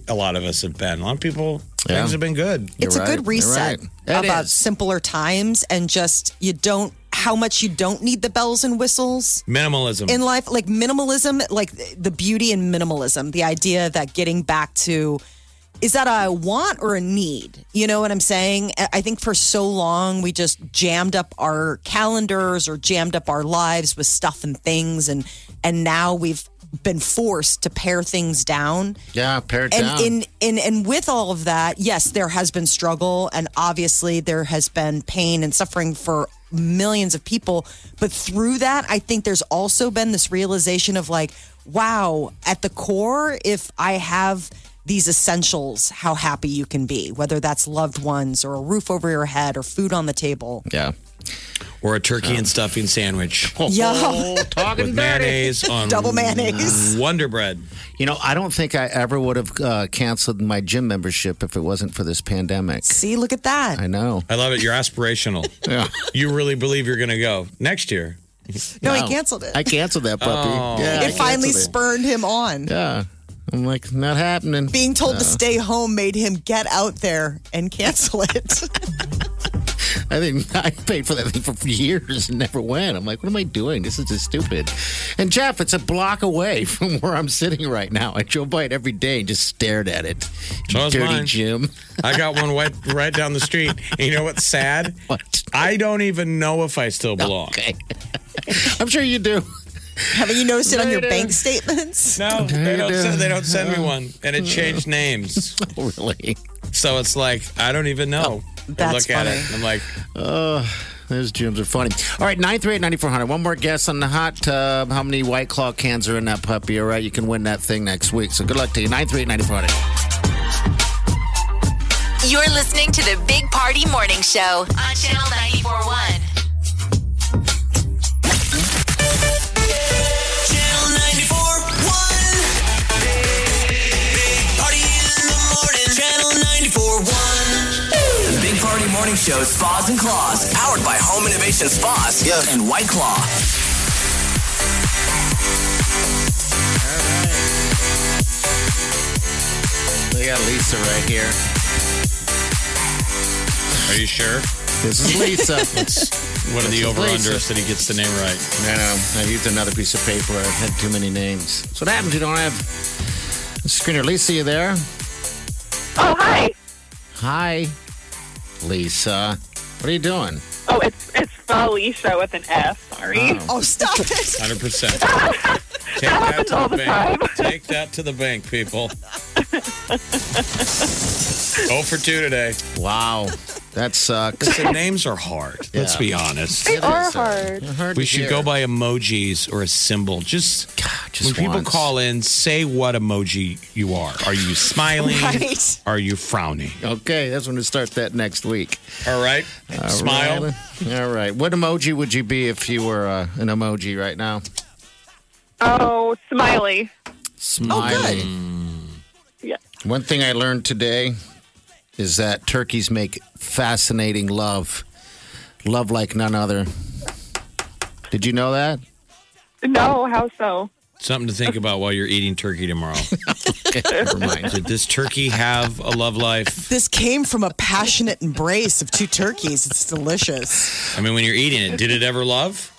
a lot of us have been. A lot of people Yeah. things have been good. You're it's a right. good You're reset right. It about is. simpler times and just you don't how much you don't need the bells and whistles Minimalism. in life like minimalism like the beauty in minimalism the idea that getting back to is that a want or a need you know what i'm saying I- i think for so long we just jammed up our calendars or jammed up our lives with stuff and things and and now we've been forced to pare things down Yeah, pare it and down. in in and with all of that, yes, there has been struggle, and obviously there has been pain and suffering for millions of people. But through that, I think there's also been this realization of like, wow, at the core, if I have these essentials, how happy you can be, whether that's loved ones or a roof over your head or food on the table. yeah. or a turkey and stuffing sandwich Oh. Yeah. with mayonnaise on Double mayonnaise. Wonder Bread. You know, I don't think I ever would have uh, canceled my gym membership if it wasn't for this pandemic. See, look at that. I know. I love it. You're aspirational. Yeah. You really believe you're going to go next year. No, he canceled it. I canceled that puppy. Oh. yeah, I it finally canceled spurned him on. Yeah. I'm like, not happening. Being told to stay home made him get out there and cancel it. I think I paid for that thing for years and never went. I'm like, what am I doing? This is just stupid. And Jeff, it's a block away from where I'm sitting right now. I drove by it every day and just stared at it. So is Dirty mine. gym. I got one right, right down the street. And you know what's sad? What? I don't even know if I still belong. Okay. I'm sure you do. Haven't you noticed it on your Later. bank statements? No, they don't, Yeah. send, they don't send me one. And it changed names. Oh, really. So it's like, I don't even know. I look that's at it funny. and I'm like, Those gyms are funny. All right, 938-9400. One more guess on the hot tub. How many White Claw cans are in that puppy? All right, you can win that thing next week. So good luck to you. 938-9400. You're listening to the Big Party Morning Show on Channel 941. Channel 94.1. Big Party in the morning. Channel 94.1. The Big Party Morning Show, Spas and Claws, powered by Home Innovation Spas and White Claw. we got Lisa right here. Are you sure? This is Lisa. What are the over Lisa. unders that he gets the name right? I know. I used another piece of paper. I had too many names. That's what happens. You don't have a screener. Lisa, you there? Oh, hi. Hi, Lisa. What are you doing? Oh, it's it's Felicia with an S. Sorry. Oh, stop it. 100%. Take happens all the bank. time. Take that to the bank, people. Oh for 2 today. Wow, that sucks. The names are hard. Let's Yeah. be honest. They It are is, uh, hard. hard We to should hear. go by emojis or a symbol. Just, God, just when people once. call in, say what emoji you are. Are you smiling? Right. Are you frowning? Okay, that's when we start that next week. All right. Smile. Right. All right. What emoji would you be if you were uh, an emoji right now? Oh, smiley. Smiley. Yeah. Oh, One thing I learned today is that turkeys make fascinating love, love like none other. Did you know that? No, how so? Something to think about while you're eating turkey tomorrow. Never mind. Did this turkey have a love life? This came from a passionate embrace of two turkeys. It's delicious. I mean, when you're eating it, did it ever love?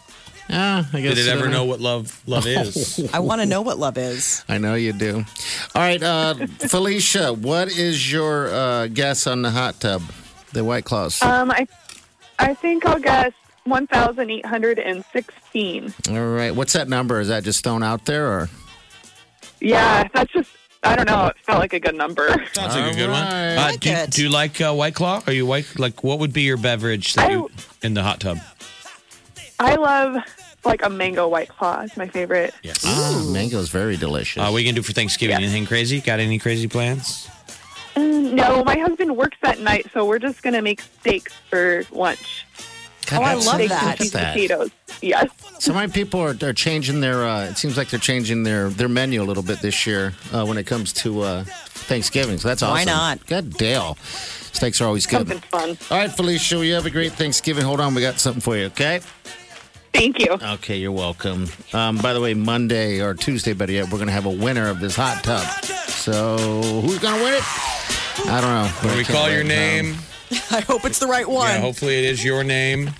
Ah, I guess Did it I ever don't know what love love is? I want to know what love is. I know you do. All right, uh, Felicia, what is your uh, guess on the hot tub, the White Claws? Uh, Um, I I think I'll guess one thousand eight hundred and sixteen. All right, what's that number? Is that just thrown out there, or Yeah, that's just I don't know. It felt like a good number. Sounds like a good one. All Uh, right. do, you, it. do you like uh, White Claw? Are you white? Like, what would be your beverage that I- you in the hot tub? I love like a mango white claw. It's my favorite. Yes. Ah, mango's very delicious. Uh, what you gonna do for Thanksgiving? Anything crazy? Got any crazy plans? Mm, No, my husband works that night, so we're just gonna make steaks for lunch. God, Oh, I that's love so- Steaks that. and cheese That. potatoes. Yes. So many people are, are changing their. Uh, it seems like they're changing their their menu a little bit this year uh, when it comes to uh, Thanksgiving. So that's awesome. Why not? God, Dale, steaks are always good. Something fun. All right, Felicia, you have a great Thanksgiving. Hold on, we got something for you. Okay. Thank you. Okay, you're welcome. Um, by the way, Monday or Tuesday, better yet, we're gonna have a winner of this hot tub. So who's gonna win it? I don't know. When we call your name, I hope it's the right one. yeah, hopefully it is your name.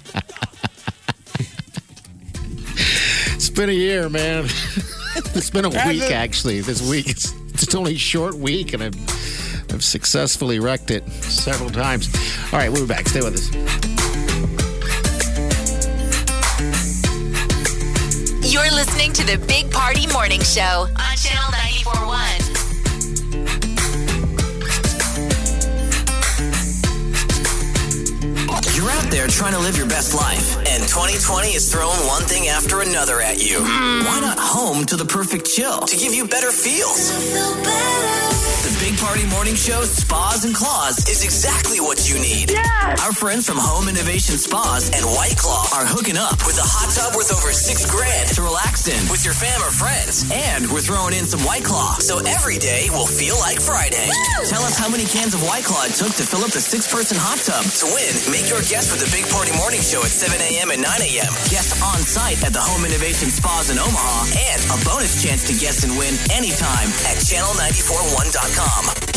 It's been a year, man. it's been a week, actually. This week, it's, it's only a short week, and I've, I've successfully wrecked it several times. All right, we'll be back. Stay with us. You're listening to the Big Party Morning Show on Channel 941. You're out there trying to live your best life, and 2020 is throwing one thing after another at you. Why not home to the perfect chill to give you better feels? The Big Party Morning Show Spas and Claws is exactly what you need. Our friends from Home Innovation Spas and White Claw are hooking up with a hot tub worth over six grand to relax in with your fam or friends. And we're throwing in some White Claw, so every day will feel like Friday. Tell us how many cans of White Claw it took to fill up the six person hot tub. To win, make your guess with the Big Party Morning Show at 7 a.m. and 9 a.m. Guest on site at the Home Innovation Spas in Omaha, and a bonus chance to guess and win anytime at channel941.com.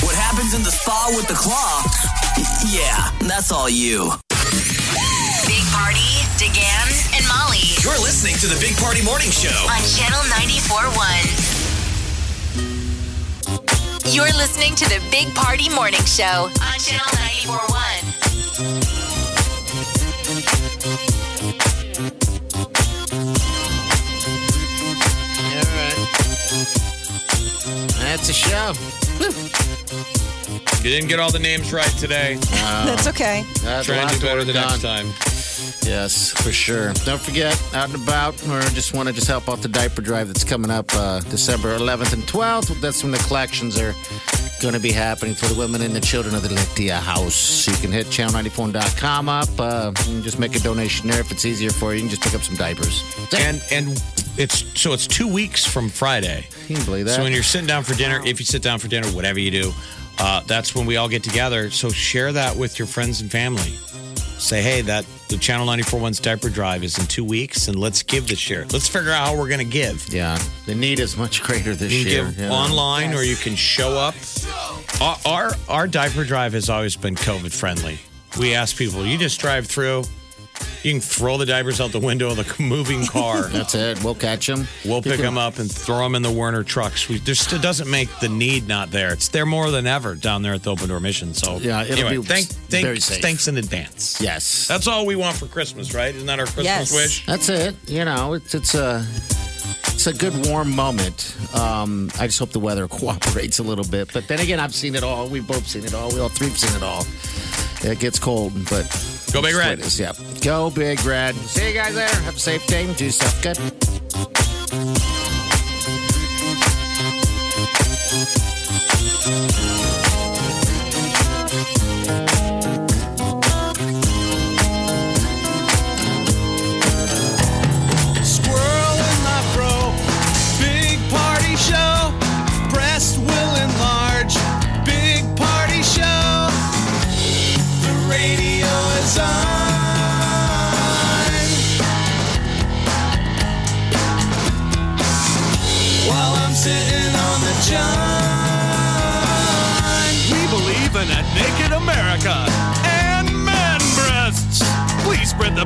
What happens in the spa with the claw? Yeah, that's all you. Big Party, DeGan, and Molly You're listening to the Big Party Morning Show. on Channel 941. You're listening to the Big Party Morning Show on Channel 941. All right. That's a show. You didn't get all the names right today. That's okay. That's Try and lots do to better work the next on. time. Yes, for sure. Don't forget, out and about, or just want to just help out the diaper drive that's coming up uh, December 11th and 12th. That's when the collections are going to be happening for the women and the children of the Lectia House. You can hit channel94.com up uh, and just make a donation there if it's easier for you. You can just pick up some diapers. And and it's so it's two weeks from Friday. Can you believe that? So when you're sitting down for dinner, if you sit down for dinner, whatever you do, uh, that's when we all get together. So share that with your friends and family. Say, hey, that the Channel 941's diaper drive is in two weeks, and let's give this year. Let's figure out how we're going to give. yeah, the need is much greater this You can year. give you know. online, or you can show up Our, our our diaper drive has always been COVID friendly. We ask people, you just drive through, you can throw the diapers out the window of the moving car. That's it. We'll catch them. We'll pick them up and throw them in the Werner trucks. We just it doesn't make the need not there. It's there more than ever down there at the Open Door Mission. So Yeah, it'll anyway, be thank, thank, very safe. thanks in advance. Yes. That's all we want for Christmas, right? Isn't that our Christmas Yes. wish? That's it. You know, it's it's a it's a good warm moment. Um, I just hope the weather cooperates a little bit. But then again, I've seen it all. We've both seen it all. We all three've seen it all. It gets cold, but Go Big that's what Red. it is. Yeah. Go big red. See you guys there. Have a safe day. Do stuff good. Squirrel in my bro. Big party show. Breast will enlarge. Big party show. The radio is on. While I'm sitting on the john. We believe in a naked America and man breasts. Please spread the